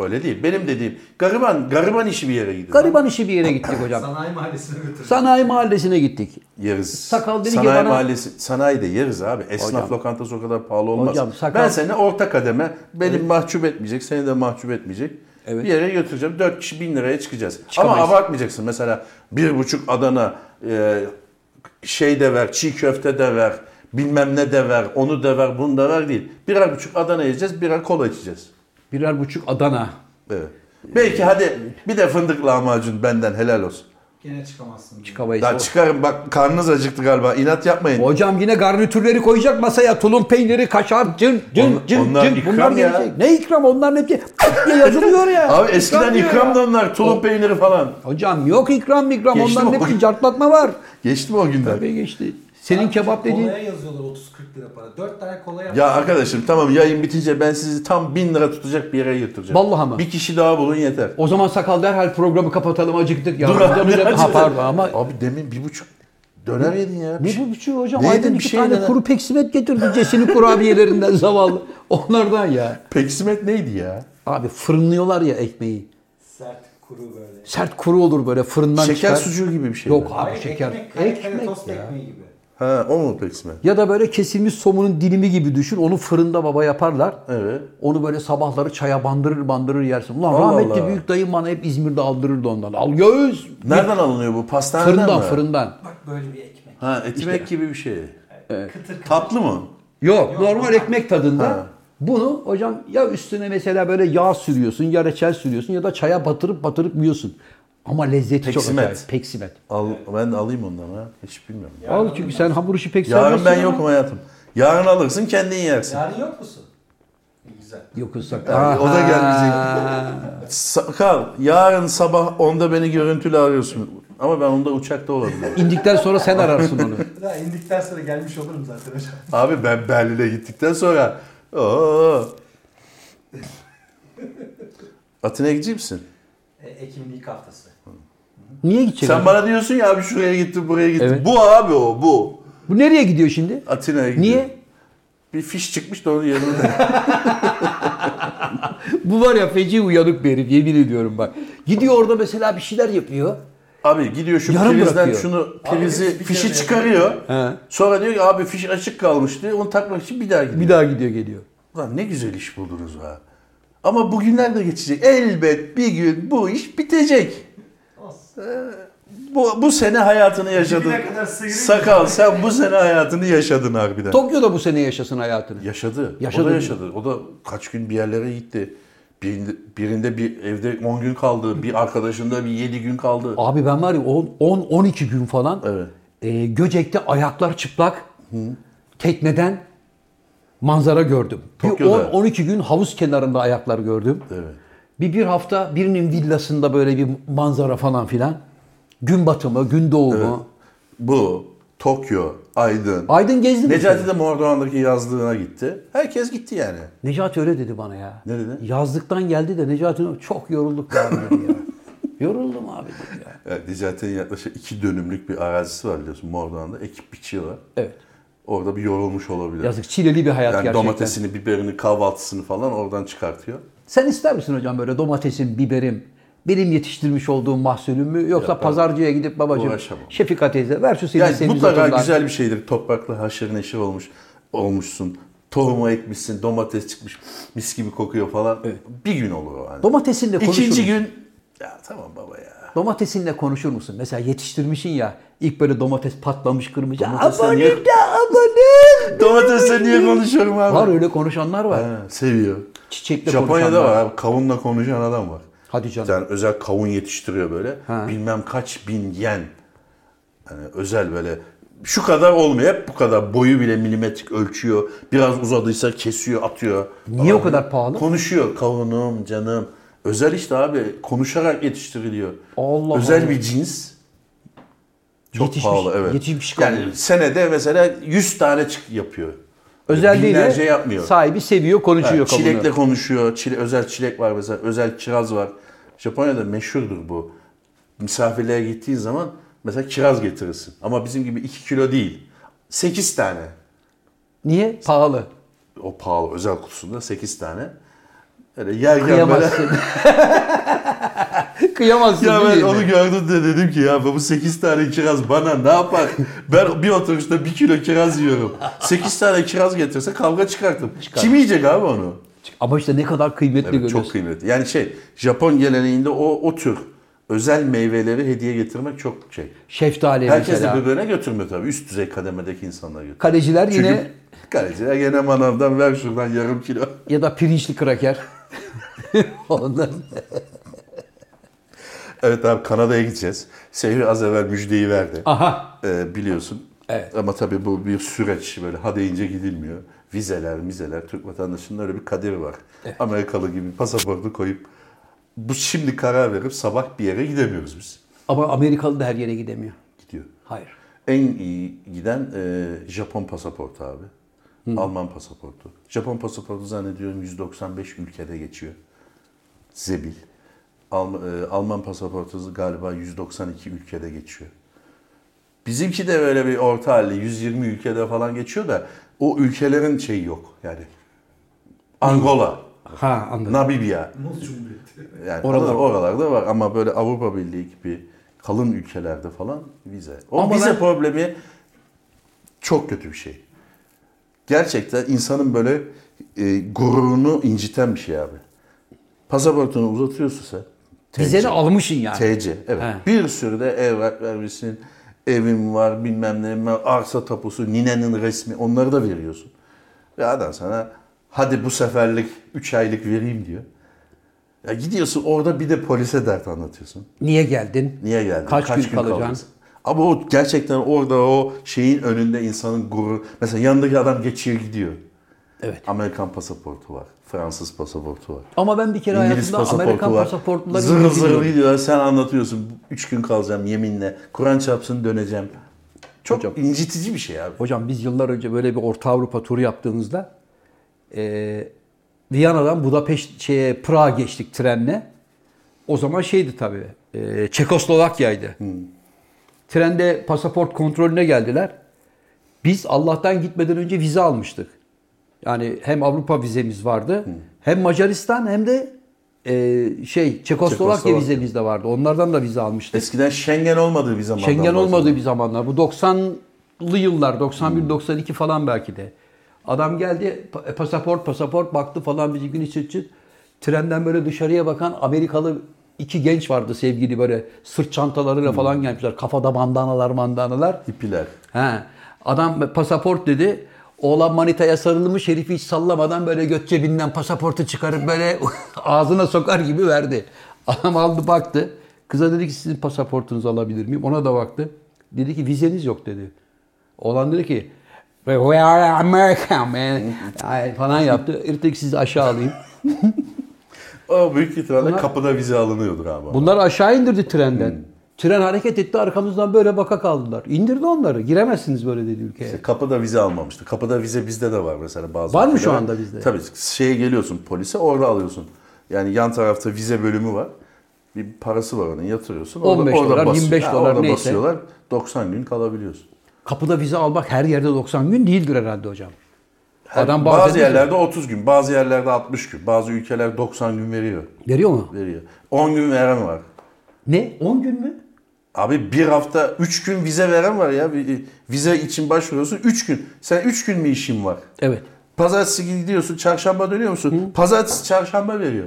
öyle değil. Benim dediğim gariban gariban işi bir yere gidiyor. Gariban işi bir yere gittik hocam. Sanayi mahallesine götürdüm. Sanayi mahallesine gittik. Yeriz. Sakal dedi ki sanayi bana- mahallesi, sanayide yeriz abi. Esnaf lokantası o kadar pahalı olmaz. Hocam, sakal- Ben seni orta kademe, benim mahcup etmeyecek, seni de mahcup etmeyecek. Evet. Bir yere götüreceğim. 4 kişi 1000 liraya çıkacağız. Çıkamayız. Ama abartmayacaksın. Mesela bir buçuk Adana e, şey de ver, çiğ köfte de ver, bilmem ne de ver, onu da ver, bunu da ver değil. Birer buçuk Adana yiyeceğiz, birer kola içeceğiz. Birer buçuk Adana. Evet. Belki hadi bir de fındık lahmacun benden helal olsun. Gene çıkamazsın. Çıkam. Çıkamayız. Daha çıkarım bak karnınız acıktı galiba. İnat yapmayın. Hocam yine garnitürleri koyacak masaya. Tulum peyniri, kaşar, cın cın On- cın onlar cın. ikram Bunlar ya. gelecek. Ne ikram? Onlar ne diye diye yazılıyor ya. Abi eskiden diyor ikram ya. da onlar tulum peyniri falan. Hocam yok ikram ikram. Geçti Onların mi? hepsi cartlatma var. Geçti mi o günler? Tabii geçti. Senin kebap dediğin Kolaya yazıyorlar 30-40 lira para. 4 tane kola yap. Ya arkadaşım tamam yayın bitince ben sizi tam 1000 lira tutacak bir yere götüreceğim. Vallahi mi? Bir kişi daha bulun yeter. o zaman sakal derhal programı kapatalım acıktık ya. Dur Hocam, abi, <laughs> hocam- Ha, acıktım. pardon ama Abi demin bir buçuk döner yedin ya. bir bu buçuğu hocam Ne ayda yedin, bir iki şey tane yedin ha? kuru peksimet getirdi cesini kurabiyelerinden zavallı. Onlardan ya. Peksimet neydi ya? Abi fırınlıyorlar ya ekmeği. Sert, kuru böyle. Sert kuru olur böyle fırından Şeker çıkar. sucuğu gibi bir şey. Yok mi? abi Hayır, şeker. Ekmek, kare kare Ekmek tost ya. ekmeği gibi. Ha o mu peksimet? Ya da böyle kesilmiş somunun dilimi gibi düşün. Onu fırında baba yaparlar. Evet. Onu böyle sabahları çaya bandırır bandırır yersin. Ulan Allah rahmetli Allah. büyük dayım bana hep İzmir'de aldırırdı ondan. Al göğüs. Nereden alınıyor bu? Pastaneden Fırından mi? fırından. Bak böyle bir ekmek. Ha ekmek gibi bir şey. Kıtır kıtır. Tatlı mı? Yok, normal ekmek tadında. Bunu hocam ya üstüne mesela böyle yağ sürüyorsun ya reçel sürüyorsun ya da çaya batırıp batırıp yiyorsun. Ama lezzeti çok Peksimet. acayip. Peksimet. Al, ben de alayım ondan ha. Hiç bilmiyorum. Al çünkü sen hamur işi pek Yarın sevmezsin ben ama- yokum hayatım. Yarın alırsın kendin yersin. Yarın yok musun? E, Güzel. Yok ıslak. o da Sakal yarın sabah 10'da beni görüntülü arıyorsun. Ama ben onda uçakta olabilirim. İndikten sonra sen ararsın onu. Daha indikten sonra gelmiş olurum zaten hocam. <laughs> Abi ben Berlin'e gittikten sonra. Oo. Atina'ya gidecek misin? E, Ekim'in ilk haftası. Niye gidecek? Sen abi? bana diyorsun ya abi şuraya gittim buraya gittim. Evet. Bu abi o bu. Bu nereye gidiyor şimdi? Atina'ya gidiyor. Niye? Bir fiş çıkmış da onun yanında. <laughs> Bu var ya feci uyanık bir herif yemin ediyorum bak. Gidiyor orada mesela bir şeyler yapıyor. abi gidiyor şu Yarım prizden bırakıyor. şey şunu Abi prizi bir- bir fişi kere çıkarıyor. He. Sonra diyor ki abi fiş açık kalmıştı. Onu takmak için bir daha gidiyor. Bir daha gidiyor geliyor. Ulan ne güzel iş buldunuz ha. Ama bugünler de geçecek. Elbet bir gün bu iş bitecek. Olsun. Bu, bu sene hayatını yaşadın. Bugüne kadar sıyırıyor. Sakal sen bu sene hayatını yaşadın harbiden. Tokyo'da bu sene yaşasın hayatını. Yaşadı. Yaşadı O da diyor. yaşadı. O da kaç gün bir yerlere gitti. Birinde, birinde bir evde 10 gün kaldı. Bir arkadaşında bir 7 gün kaldı. Abi ben var ya 10-12 gün falan Evet. e, Göcek'te ayaklar çıplak tekneden manzara gördüm. Bir Tokyo'da. 10-12 gün havuz kenarında ayaklar gördüm. Evet. Bir bir hafta birinin villasında böyle bir manzara falan filan. Gün batımı, gün doğumu. Bu Tokyo, Aydın. Aydın gezdi mi? Necati de Mordoğan'daki yazlığına gitti. Herkes gitti yani. Necati öyle dedi bana ya. Ne dedi? Yazlıktan geldi de Necati dedi, çok yorulduk be abi dedi <laughs> ya. Yoruldum abi dedi ya. Ya Necati'nin yaklaşık iki dönümlük bir arazisi var biliyorsun Mordoğan'da. Ekip biçiyor var. Evet. Orada bir yorulmuş olabilir. Yazık çileli bir hayat yani gerçekten. domatesini, biberini, kahvaltısını falan oradan çıkartıyor. Sen ister misin hocam böyle domatesim, biberim, benim yetiştirmiş olduğum mahsulüm mü yoksa pazarcıya gidip babacığım uğraşamam. Şefika teyze ver şu senin Yani sebze mutlaka otundan." güzel bir şeydir. Toprakla haşır neşir olmuş, olmuşsun. Tohumu ekmişsin, domates çıkmış, mis gibi kokuyor falan. Bir gün olur o hani. Domatesinle konuşur İkinci musun? gün, ya tamam baba ya. Domatesinle konuşur musun? Mesela yetiştirmişsin ya ilk böyle domates patlamış kırmızı. Domatesle Abone niye- de abone. Domatesle niye konuşuyorum abi? Var öyle konuşanlar var. Ha, seviyor. Çiçekle Japonya'da konuşanlar. var abi. Kavunla konuşan adam var. Hadi canım. Bir tane özel kavun yetiştiriyor böyle. Ha. Bilmem kaç bin yen. Yani özel böyle şu kadar olmuyor. Hep bu kadar. Boyu bile milimetrik ölçüyor. Biraz uzadıysa kesiyor, atıyor. Niye o kadar pahalı? Konuşuyor. Kavunum, canım. Özel işte abi. Konuşarak yetiştiriliyor. Allah özel Allah. bir cins. Çok Yetişmiş- pahalı evet. yetişmiş kavun. yani senede mesela 100 tane çık yapıyor. Özel değil Binlerce de yapmıyor. sahibi seviyor konuşuyor Evet, kabuğunu. çilekle konuşuyor. Çile, özel çilek var mesela. Özel kiraz var. Japonya'da meşhurdur bu. Misafirliğe gittiğin zaman mesela kiraz getirirsin. Ama bizim gibi 2 kilo değil. 8 tane. Niye? Pahalı. O pahalı özel kutusunda 8 tane. Öyle yerken böyle. Kıyamazsın. Kıyamazsın <laughs> Ya ben değil mi? onu gördüm de dedim ki ya bu 8 tane kiraz bana ne yapar? Ben bir oturuşta 1 kilo kiraz yiyorum. 8 tane kiraz getirse kavga çıkartırım. Kim yiyecek abi onu? Ama işte ne kadar kıymetli Evet, görüyorsun. çok kıymetli. Yani şey Japon geleneğinde o o tür özel meyveleri hediye getirmek çok şey. Şeftali Herkes mesela. de birbirine götürmüyor tabii. Üst düzey kademedeki insanlar götürüyor. Kaleciler Çünkü yine kaleciler gene manavdan ver şuradan yarım kilo. <laughs> ya da pirinçli kraker. Onlar. Evet abi Kanada'ya gideceğiz. Seyri az evvel müjdeyi verdi. Aha. Ee, biliyorsun. Evet. Ama tabii bu bir süreç böyle ha deyince gidilmiyor. Vizeler, mizeler, Türk vatandaşının öyle bir kaderi var. Amerikalı gibi pasaportu koyup bu şimdi karar verip sabah bir yere gidemiyoruz biz. Ama Amerikalı da her yere gidemiyor. Gidiyor. Hayır. en iyi giden e, Japon pasaportu abi. Alman pasaportu. Japon pasaportu zannediyorum 195 ülkede geçiyor. Zebil. Alm- e, Alman pasaportu galiba 192 ülkede geçiyor. Bizimki de böyle bir orta halli 120 ülkede falan geçiyor da o ülkelerin şeyi yok yani. Angola, Ha anladım. Namibya Muz Cumhuriyeti. yani Oralar. oralar oralarda var ama böyle Avrupa Birliği gibi kalın ülkelerde falan vize. O Ama vize ben- problemi çok kötü bir şey. Gerçekten insanın böyle e, gururunu inciten bir şey abi. Pasaportunu uzatıyorsun sen. Bize de almışsın yani. TC. Evet. He. Bir sürü de evrak vermişsin. Evim var, bilmem ne var, arsa tapusu, ninenin resmi onları da veriyorsun. Ve adam sana hadi bu seferlik 3 aylık vereyim diyor. Ya gidiyorsun orada bir de polise dert anlatıyorsun. Niye geldin? Niye geldin? Kaç gün kalacaksın? Ama o gerçekten orada o şeyin önünde insanın gururu. Mesela yanındaki adam geçiyor gidiyor. Evet. Amerikan pasaportu var. Fransız pasaportu var. Ama ben bir kere İngiliz hayatımda Amerikan pasaportu var. pasaportlarını Zırıl zırıl biliyorum. gidiyorlar. Sen anlatıyorsun. Üç gün kalacağım yeminle. Kur'an çarpsın döneceğim. Çok Hocam. incitici bir şey abi. Hocam biz yıllar önce böyle bir Orta Avrupa turu yaptığımızda eee, Viyana'dan Budapeşt şeye Prag'a geçtik trenle. O zaman şeydi tabii. eee, Çekoslovakya'ydı. Trende pasaport kontrolüne geldiler. Biz Allah'tan gitmeden önce vize almıştık. Yani hem Avrupa vizemiz vardı, hem Macaristan hem de eee, şey Çekoslovakya Çekoslovakya. vizemiz de vardı. Onlardan da vize almıştık. Eskiden Schengen olmadığı bir zamandan Schengen bahsediyorum. olmadığı bir zamanlar. Bu 90'lı yıllar. 91-92 falan belki de. Adam geldi pa- e, pasaport pasaport baktı falan bizim gün için için. Trenden böyle dışarıya bakan Amerikalı iki genç vardı sevgili böyle sırt çantalarıyla falan gelmişler. Kafada bandanalar mandanalar. Hippiler. He. Adam pasaport dedi. Oğlan manitaya sarılmış herifi hiç sallamadan böyle göt cebinden pasaportu çıkarıp böyle <laughs> ağzına sokar gibi verdi. Adam aldı baktı. Kıza dedi ki sizin pasaportunuzu alabilir miyim? Ona da baktı. Dedi ki vizeniz yok dedi. Oğlan dedi ki We are American man. Ay, falan yaptı. Herif dedi ki sizi aşağı alayım. O büyük ihtimalle Bunlar- kapıda vize alınıyordur abi. Bunlar aşağı indirdi trenden. Tren hareket etti arkamızdan böyle baka kaldılar. İndirdi onları. Giremezsiniz böyle dedi ülkeye. İşte E, kapıda vize almamıştı. Kapıda vize bizde de var mesela bazı. Var mı ülkelere. şu anda bizde? Tabii şeye geliyorsun polise orada alıyorsun. Yani yan tarafta vize bölümü var. Bir parası var onun yatırıyorsun. 15 dolar, basıyor- 25 Ha, dolar orada neyse. basıyorlar 90 gün kalabiliyorsun. Kapıda vize almak her yerde 90 gün değildir herhalde hocam. Her- Adam bazen bazı yerlerde 30 gün, bazı yerlerde 60 gün, bazı ülkeler 90 gün veriyor. veriyor mu? Veriyor. 10 gün veren var. Ne? 10 gün mü? Abi bir hafta 3 gün vize veren var ya. Bir- Vize için başvuruyorsun 3 gün. Sen 3 gün mü işin var? Evet. Pazartesi gidiyorsun, çarşamba dönüyor musun? Pazartesi çarşamba <laughs> veriyor.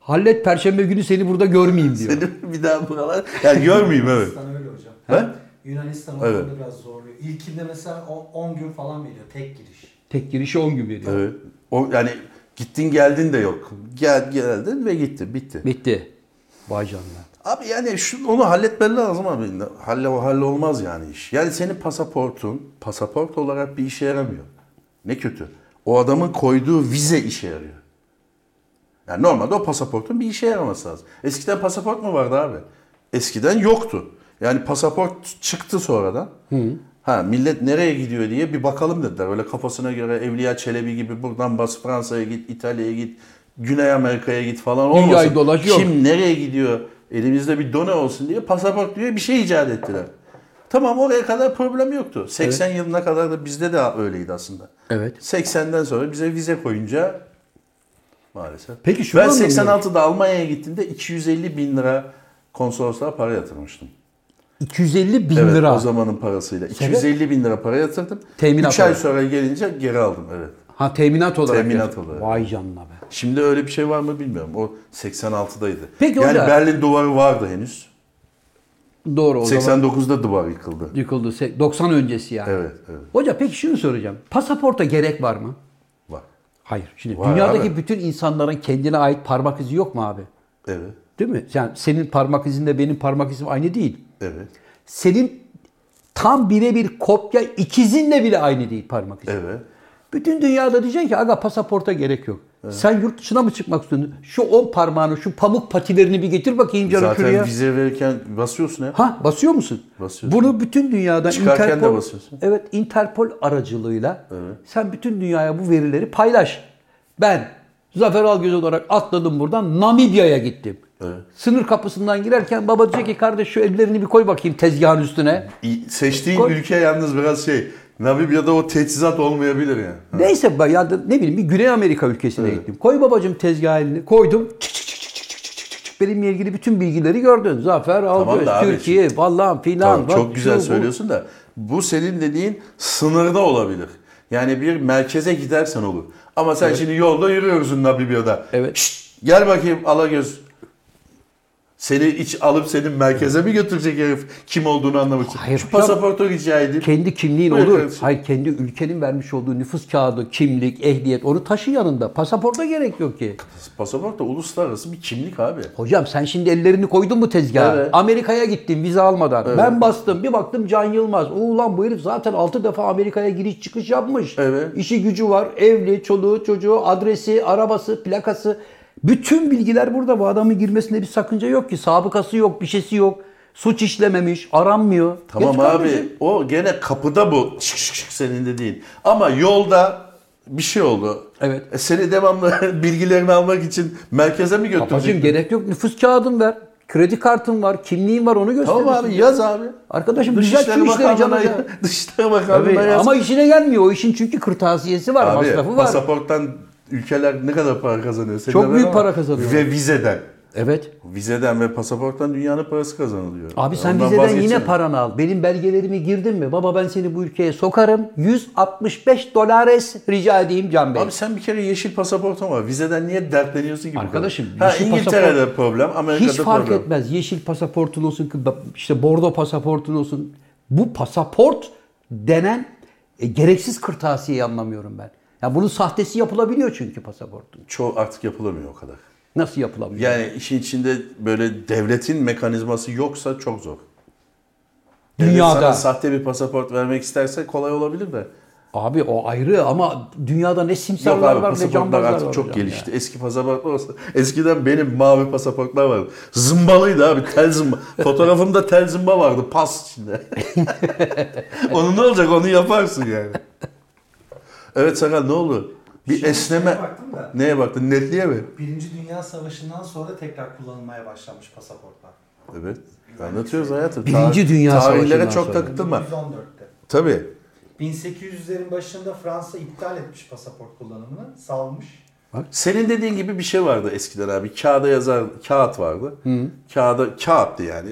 Hallet perşembe günü seni burada görmeyeyim diyor. Seni bir daha buralar. Yani görmeyeyim evet. Yunanistan öyle hocam. Ha? Yunanistan Evet. evet. biraz zorluyor. İlkinde mesela 10 gün falan veriyor tek giriş. Tek girişi 10 gün veriyor. Evet. O, yani gittin geldin de yok. Gel geldin ve gitti, bitti. Bitti. Vay canına. Abi yani şu, onu halletmen lazım abi. Halle, halle olmaz yani iş. Yani senin pasaportun pasaport olarak bir işe yaramıyor. Ne kötü. O adamın koyduğu vize işe yarıyor. Yani normalde o pasaportun bir işe yaraması lazım. Eskiden pasaport mu vardı abi? Eskiden yoktu. Yani pasaport çıktı sonradan. Ha millet nereye gidiyor diye bir bakalım dediler. Böyle kafasına göre Evliya Çelebi gibi buradan bas Fransa'ya git, İtalya'ya git, Güney Amerika'ya git falan Dünyayı olmasın. dolaş, yok. Kim nereye gidiyor? Elimizde bir done olsun diye pasaport diye bir şey icat ettiler. Tamam oraya kadar problem yoktu. 80 yılına kadar da bizde de öyleydi aslında. Evet. 80'den sonra bize vize koyunca maalesef. Peki şunu ben anlamıyorum. 86'da Almanya'ya gittiğimde 250 bin lira konsolosluğa para yatırmıştım. 250 bin evet, lira. o zamanın parasıyla. 250 bin lira para yatırdım. Teminat 3 ay olarak. sonra gelince geri aldım evet. Ha teminat olarak. Teminat yapıyor. olarak. Vay canına be. Şimdi öyle bir şey var mı bilmiyorum. O 86'daydı. Peki yani orada- Berlin duvarı vardı henüz. Doğru o zaman 89'da duvar yıkıldı. yıkıldı. Se- 90 öncesi yani. Evet, evet. Hoca peki şunu soracağım. Pasaporta gerek var mı? Var. Hayır. Şimdi Var dünyadaki abi. bütün insanların kendine ait parmak izi yok mu abi? Evet, Değil mi? Yani senin parmak izinde benim parmak izim aynı değil. evet, senin tam birebir kopya ikizinle bile aynı değil parmak izi. evet. Bütün dünyada diyeceksin ki aga pasaporta gerek yok. Sen yurt dışına mı çıkmak istiyorsun? Şu on parmağını, şu pamuk patilerini bir getir bakayım canım Zaten şuraya. vize verirken basıyorsun ya. Ha basıyor musun? Basıyorsun. Bunu bütün dünyada Çıkarken de Interpol, basıyorsun. Evet Interpol aracılığıyla sen bütün dünyaya bu verileri paylaş. Ben Zafer Algöz olarak atladım buradan Namibya'ya gittim. Sınır kapısından girerken baba diyecek ki kardeş şu ellerini bir koy bakayım tezgahın üstüne. İ- Seçtiğin Koy. ülke yalnız biraz şey. Namibya'da o teçhizat olmayabilir yani. Neyse ben ya da ne bileyim bir Güney Amerika ülkesine gittim. Koy babacığım tezgah elini koydum. Çık çık çık çık çık çık çık çık çık çık. Benimle ilgili bütün bilgileri gördün. Zafer Algöz, da abi, Türkiye, falan filan. Tamam, bak çok güzel şu, bu. söylüyorsun da bu senin dediğin sınırda olabilir. Yani bir merkeze gidersen olur. Ama sen şimdi yolda yürüyorsun Namibya'da. Evet. Şşt, gel bakayım Alagöz. Seni iç alıp senin merkeze mi götürecek herif kim olduğunu anlamak için? Hayır, Şu pasaportu rica edeyim. Kendi kimliğin Buyur olur. kardeşim. Hayır kendi ülkenin vermiş olduğu nüfus kağıdı, kimlik, ehliyet onu taşı yanında. Pasaporta gerek yok ki. Pasaport da uluslararası bir kimlik abi. Hocam sen şimdi ellerini koydun mu tezgaha? Evet. Amerika'ya gittin vize almadan. Ben bastım bir baktım Can Yılmaz. Ulan bu herif zaten 6 defa Amerika'ya giriş çıkış yapmış. Evet. İşi gücü var. Evli, çoluğu, çocuğu, adresi, arabası, plakası. Bütün bilgiler burada. Bu adamın girmesinde bir sakınca yok ki. Sabıkası yok, bir şeysi yok. Suç işlememiş, aranmıyor. Tamam Geç abi kardeşim. o gene kapıda bu şık şık şık senin de değil. Ama yolda bir şey oldu. Evet. E, seni devamlı <laughs> bilgilerini almak için merkeze mi Babacım götürecek? gerek yok. Nüfus kağıdın ver. Kredi kartın var. Kimliğin var onu gösterirsin. Tamam abi yaz abi. Arkadaşım düzelt şu Dışişleri işleri Bakanlığı'na, canına. ya. <laughs> Dışişleri Bakanlığı'na Tabii, yaz. ama işine gelmiyor. O işin çünkü kırtasiyesi var, abi, masrafı var. pasaporttan ülkeler ne kadar para kazanıyor? Senin Çok haberin büyük var. para kazanıyor. Ve vizeden. Evet. Vizeden ve pasaporttan dünyanın parası kazanılıyor. Abi sen Ondan vizeden vazgeçemem. yine paranı al. Benim belgelerimi girdin mi? Baba ben seni bu ülkeye sokarım. 165 dolares rica edeyim Can Bey. Abi sen bir kere yeşil pasaportun var. Vizeden niye dertleniyorsun ki? bu kadar? Arkadaşım, Ha, yeşil İngiltere'de pasaport- problem, Amerika'da Hiç fark problem. etmez. Yeşil pasaportun olsun, kı- işte bordo pasaportun olsun. Bu pasaport denen e, gereksiz kırtasiyeyi anlamıyorum ben. Ya bunun sahtesi yapılabiliyor çünkü pasaportun. Çoğu artık yapılamıyor o kadar. Nasıl yapılamıyor? Yani işin içinde böyle devletin mekanizması yoksa çok zor. Devlet Dünyada. sana sahte bir pasaport vermek isterse kolay olabilir de. Abi o ayrı ama dünyada ne simsarlar Yok abi var ne pasaportlar cambazlar var. artık çok hocam ya. gelişti. Eski pasaportlar olsa eskiden benim mavi pasaportlar vardı. Zımbalıydı abi tel zımba. Fotoğrafımda tel zımba vardı pas içinde. <laughs> onu ne olacak onu yaparsın yani. Evet Sakal ne oldu? Bir Şimdi esneme. şeye baktım da. Neye baktın? Netliğe mi? Birinci Dünya Savaşı'ndan sonra tekrar kullanılmaya başlamış pasaportlar. Evet. Anlatıyoruz hayatım. Birinci Dünya Tarihlere Savaşı'ndan çok sonra. takıldırma. 1914'te. Tabii. 1800'lerin başında Fransa iptal etmiş pasaport kullanımını, salmış. Senin dediğin gibi bir şey vardı eskiden abi. Kağıda yazar, kağıt vardı. Kağıda, kağıttı yani.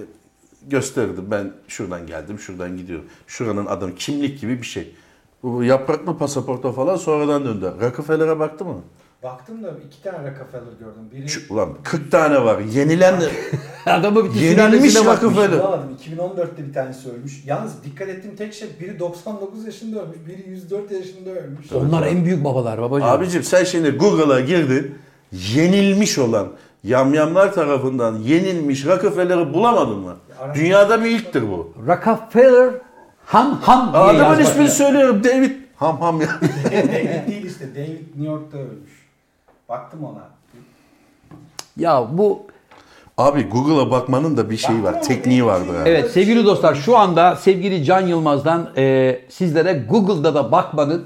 Gösterirdim ben şuradan geldim, şuradan gidiyorum. Şuranın adamı kimlik gibi bir şey. Bu yapraklı pasaporta falan sonradan döndü. Rockefeller'e baktı mı? Baktım da iki tane Rockefeller gördüm. Biri Şu, ulan 40 tane var. Yenilen <laughs> <laughs> Adamı bir yenilmiş sülalesine bakmış. Rockefeller. bulamadım. 2014'te bir tanesi ölmüş. Yalnız dikkat ettiğim tek şey biri 99 yaşında ölmüş, biri 104 yaşında ölmüş. Onlar en büyük babalar babacığım. Abicim sen şimdi Google'a girdin. Yenilmiş olan yamyamlar tarafından yenilmiş Rockefeller'ı bulamadın mı? Dünyada bir ilktir bu. Rockefeller ham ham diye Adamın yazmak. ismini söylüyorum David. Ham ham ya. <laughs> David değil işte. David New York'ta ölmüş. Baktım ona. Ya bu Abi Google'a bakmanın da bir şeyi var. Tekniği vardı yani. Evet sevgili dostlar şu anda sevgili Can Yılmaz'dan e, sizlere Google'da da bakmanın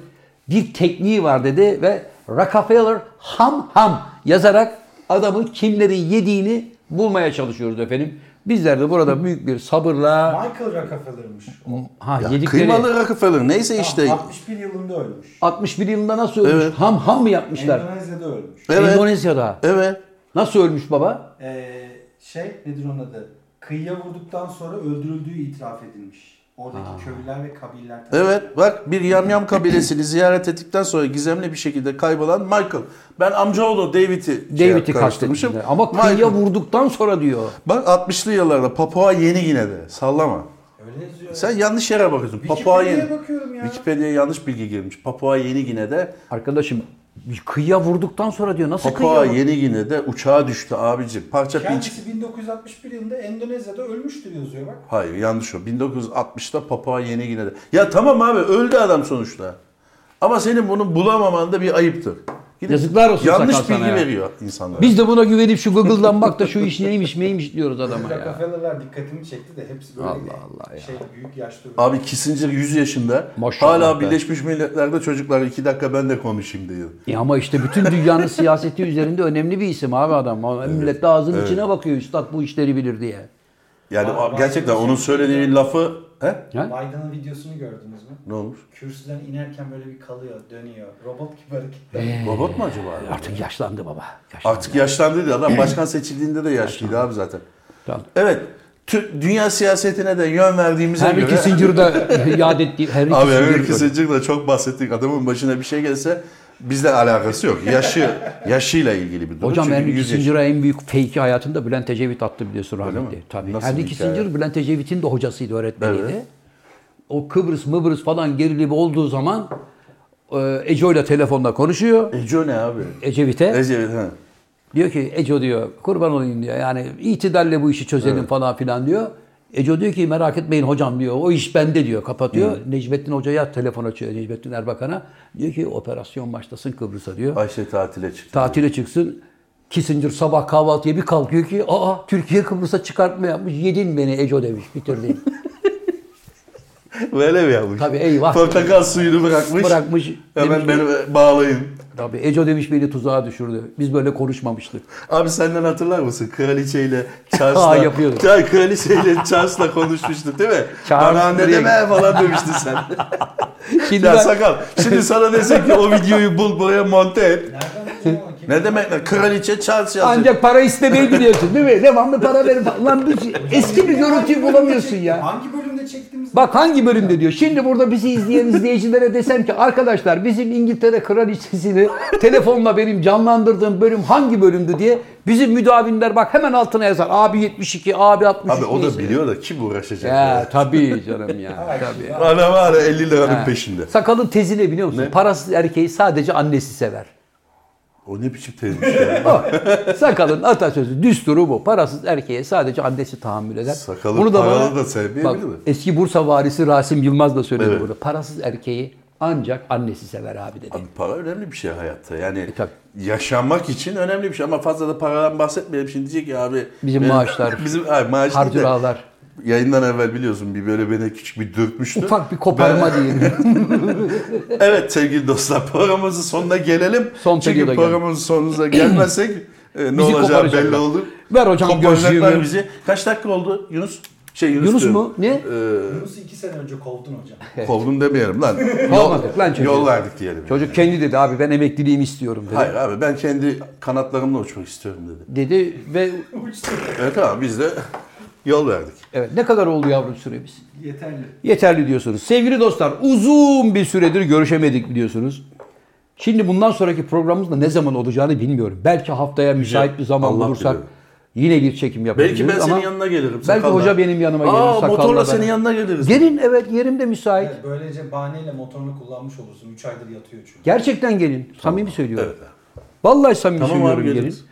bir tekniği var dedi ve Rockefeller ham ham yazarak adamın kimlerin yediğini bulmaya çalışıyoruz efendim. Bizler de burada büyük bir sabırla Michael Rockefeller'mış. O. ha Ya yedikleri Ah, kıymalı Rockefeller neyse işte. 61 yılında ölmüş. 61 yılında nasıl ölmüş? Ham ham mı yapmışlar? Endonezya'da ölmüş. Evet. Endonezya'da. Evet. Nasıl ölmüş baba? Ee, şey nedir onun adı? Kıyıya vurduktan sonra öldürüldüğü itiraf edilmiş. Oradaki köylüler ve kabiller tarafından. Evet bak bir yamyam kabilesini ziyaret ettikten sonra gizemli bir şekilde kaybolan Michael. Ben amcaoğlu David'i şey David'i karıştırmışım. kastetmişler. Ama Michael. kıyıya vurduktan sonra diyor. Bak 60'lı yıllarda Papua Yeni Gine'de. Sallama. Öyle yazıyor. Sen yanlış yere bakıyorsun. Papua Wikipedia'ya Yeni. bakıyorum ya. Wikipedia'ya yanlış bilgi girmiş. Papua Yeni Gine'de Arkadaşım kıyıya vurduktan sonra diyor. Nasıl kıyıya Papua vurdun? Yeni Gine'de uçağa düştü abicim. Parça pinç Kendisi 1961 yılında Endonezya'da ölmüştür yazıyor bak. Hayır yanlış o. 1960'ta Papua Yeni Gine'de. Ya tamam abi öldü adam sonuçta. Ama senin bunu bulamaman da bir ayıptır. Gidip Yazıklar olsun Yanlış sakal sana bilgi ya. veriyor insanlara. Biz de buna güvenip şu Google'dan bak da şu iş neymiş neymiş diyoruz adama ya. Rockefeller'lar dikkatimi çekti de hepsi böyle Allah Allah ya. şey büyük yaşta Abi Kissinger 100 yaşında Maşallah hala be. Birleşmiş Milletler'de çocuklar 2 dakika ben de konuşayım diyor. Ya ama işte bütün dünyanın siyaseti üzerinde önemli bir isim abi adam. Ama Millet de ağzının içine bakıyor üstad bu işleri bilir diye. Yani Var- o- var- gerçekten onun söylediği lafı he? Ha? Biden'ın videosunu gördünüz mü? Ne olmuş? Kürsüden inerken böyle bir kalıyor, dönüyor. Robot gibi hareketler. Robot mu acaba? abi? Ee, Artık yaşlandı baba. Yaşlandı. Artık yaşlandı diyor. Adam başkan seçildiğinde de yaşlıydı abi zaten. Tamam. Evet. Tü- dünya siyasetine de yön verdiğimize Henry göre... Kissinger'ı da <laughs> yad ettiği Henry Abi Henry Kissinger'ı da- Kissinger'da çok bahsettik. Adamın başına bir şey gelse bizle alakası yok. <laughs> Yaşı, yaşıyla ilgili bir durum. Hocam Çünkü Henry 100 yaşında. Kissinger'a en büyük fake'i hayatında Bülent Ecevit attı biliyorsun rahmetli. mi? Tabii. Nasıl bir Henry hikaye? Kissinger Bülent Ecevit'in de hocasıydı, öğretmeniydi. Evet. O Kıbrıs Mıbrıs falan gerilimi olduğu zaman e, Eco'yla telefonla konuşuyor. Eco ne abi? Ecevit'e. Ecevit ha. Diyor ki Eco diyor kurban olayım diyor. Yani itidalle bu işi çözelim falan filan diyor. Eco diyor ki merak etmeyin hocam diyor. O iş bende diyor. Kapatıyor. Necmettin Hoca'ya telefon açıyor. Necmettin Erbakan'a. Diyor ki operasyon başlasın Kıbrıs'a diyor. Ayşe <laughs> tatile çıktı. Tatile çıksın. Kissinger sabah kahvaltıya bir kalkıyor ki aa Türkiye Kıbrıs'a çıkartma yapmış. Yedin beni Eco demiş. Bitirdin. Böyle mi yapmış? Tabii, eyvah. Portakal suyunu <laughs> bırakmış. Bırakmış. Demiş Hemen ki- beni bağlayın. Tabii Eco demiş beni tuzağa düşürdü. Biz böyle konuşmamıştık. <laughs> Abi senden hatırlar mısın? Kraliçeyle Ha, <laughs> Charles'la. yapıyorduk. Ya, kraliçeyle Charles'la konuşmuştuk değil mi? Charles Bana anne buraya deme falan demiştin sen. <laughs> Şimdi ya ben- sakal. Şimdi sana desek <laughs> ki o videoyu bul buraya monte et. Nereden bulacağım ama kim? Ne demek lan? Kraliçe Charles yazıyor. Ancak para istemeyi biliyorsun değil mi? Devamlı para verip lan biz eski bir görüntüyü bulamıyorsun ya. Hangi bölümde çektiğimiz? Bak hangi bölümde diyor. Şimdi burada bizi izleyen izleyicilere desem ki arkadaşlar bizim İngiltere kraliçesini telefonla benim canlandırdığım bölüm hangi bölümdü diye bizim müdavimler bak hemen altına yazar. Abi 72, abi 63. Abi o da neyse. biliyor da kim uğraşacak? Ya tabii canım ya. tabii. Adam hala 50 liranın Ha. peşinde. Sakalın tezi ne biliyor musun? Parasız erkeği sadece annesi sever. O ne biçim tezmiş ya? O. Sakalın atasözü, düsturu bu. Parasız erkeğe sadece annesi tahammül eder. Sakalı paralı da sevmeyebilir Bak, mi? Eski Bursa varisi Rasim Yılmaz da söyledi Evet. bunu. Parasız erkeği ancak annesi sever abi dedi. Abi para önemli bir şey hayatta. Yani E, tabii. yaşamak için önemli bir şey ama fazla da paradan bahsetmeyelim. Şimdi diyecek ki abi Bizim maaşlar, <laughs> bizim ay, maaş <laughs> değil de- Harcuralar. Yayından evvel biliyorsun bir böyle beni küçük bir dürtmüştü. Ufak bir koparma diyelim. Evet sevgili dostlar programımızın sonuna gelelim. Son Çünkü periyoda geldik. programımızın <clears throat> sonuna gelmezsek e, ne Bizi olacağı koparacaklar. belli olur. Ver hocam Koparacaklar gözlüğümü. bizi. Kaç dakika oldu Yunus? Şey Yunus, Yunus diyorum. Ee, mu? Ne? Yunus'u iki sene önce kovdun hocam. <laughs> Kovdum <laughs> demeyelim lan. Kovmadık lan çocuğu. Yol verdik diyelim. Çocuk kendi dedi abi ben emekliliğimi istiyorum dedi. Hayır abi ben kendi kanatlarımla uçmak istiyorum dedi. Dedi ve Evet abi biz de yol verdik. evet ne kadar oldu yavrum süremiz? Yeterli. yeterli diyorsunuz. Sevgili dostlar uzun bir süredir görüşemedik biliyorsunuz. Şimdi bundan sonraki programımız da ne zaman olacağını bilmiyorum. Belki haftaya müsait bir zaman Allah bulursak bilir. yine bir çekim yapabiliriz. Belki ben ama senin yanına gelirim. Belki hoca benim yanıma gelir. Aa sakalla motorla ben- senin yanına geliriz. Gelin evet yerim de müsait. Evet, böylece bahaneyle motorunu kullanmış olursun. 3 aydır yatıyor çünkü. Gerçekten gelin. Samimi söylüyorum. Evet. Vallahi samimi Tamam söylüyorum abi, gelin. geliriz.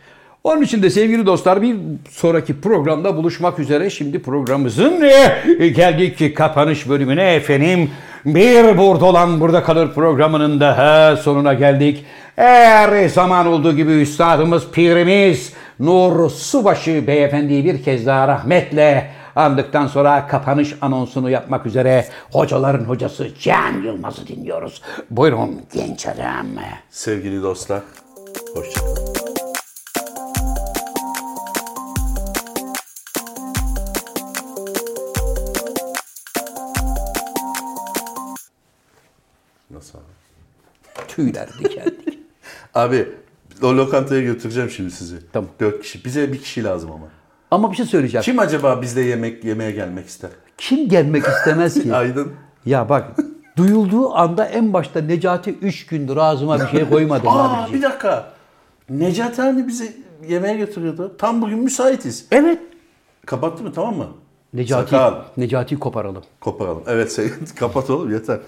Onun için de sevgili dostlar bir sonraki programda buluşmak üzere. Şimdi programımızın eh, geldik ki kapanış bölümüne efendim. Bir burada olan burada kalır programının daha sonuna geldik. Eğer zaman olduğu gibi üstadımız, pirimiz Nur Subaşı beyefendiyi bir kez daha rahmetle andıktan sonra kapanış anonsunu yapmak üzere hocaların hocası Can Yılmaz'ı dinliyoruz. Buyurun genç adam. Sevgili dostlar hoşçakalın. Nasıl abi? Tüyler diken diken. Abi o lokantaya götüreceğim şimdi sizi. Tamam. Dört kişi. Bize bir kişi lazım ama. Ama bir şey söyleyeceğim. Kim, Kim acaba bizde yemek yemeye gelmek ister? gelmek istemez ki? <laughs> Aydın. ya bak duyulduğu anda en başta Necati 3 gündür ağzıma bir şey koymadım Aa abiciğim. bir dakika. Necati abi bizi yemeğe götürüyordu. Tam bugün müsaitiz. Evet. Kapattı mı tamam mı? Necati, Sakal. Necati'yi koparalım. <laughs> Koparalım. Evet sen kapat oğlum yeter.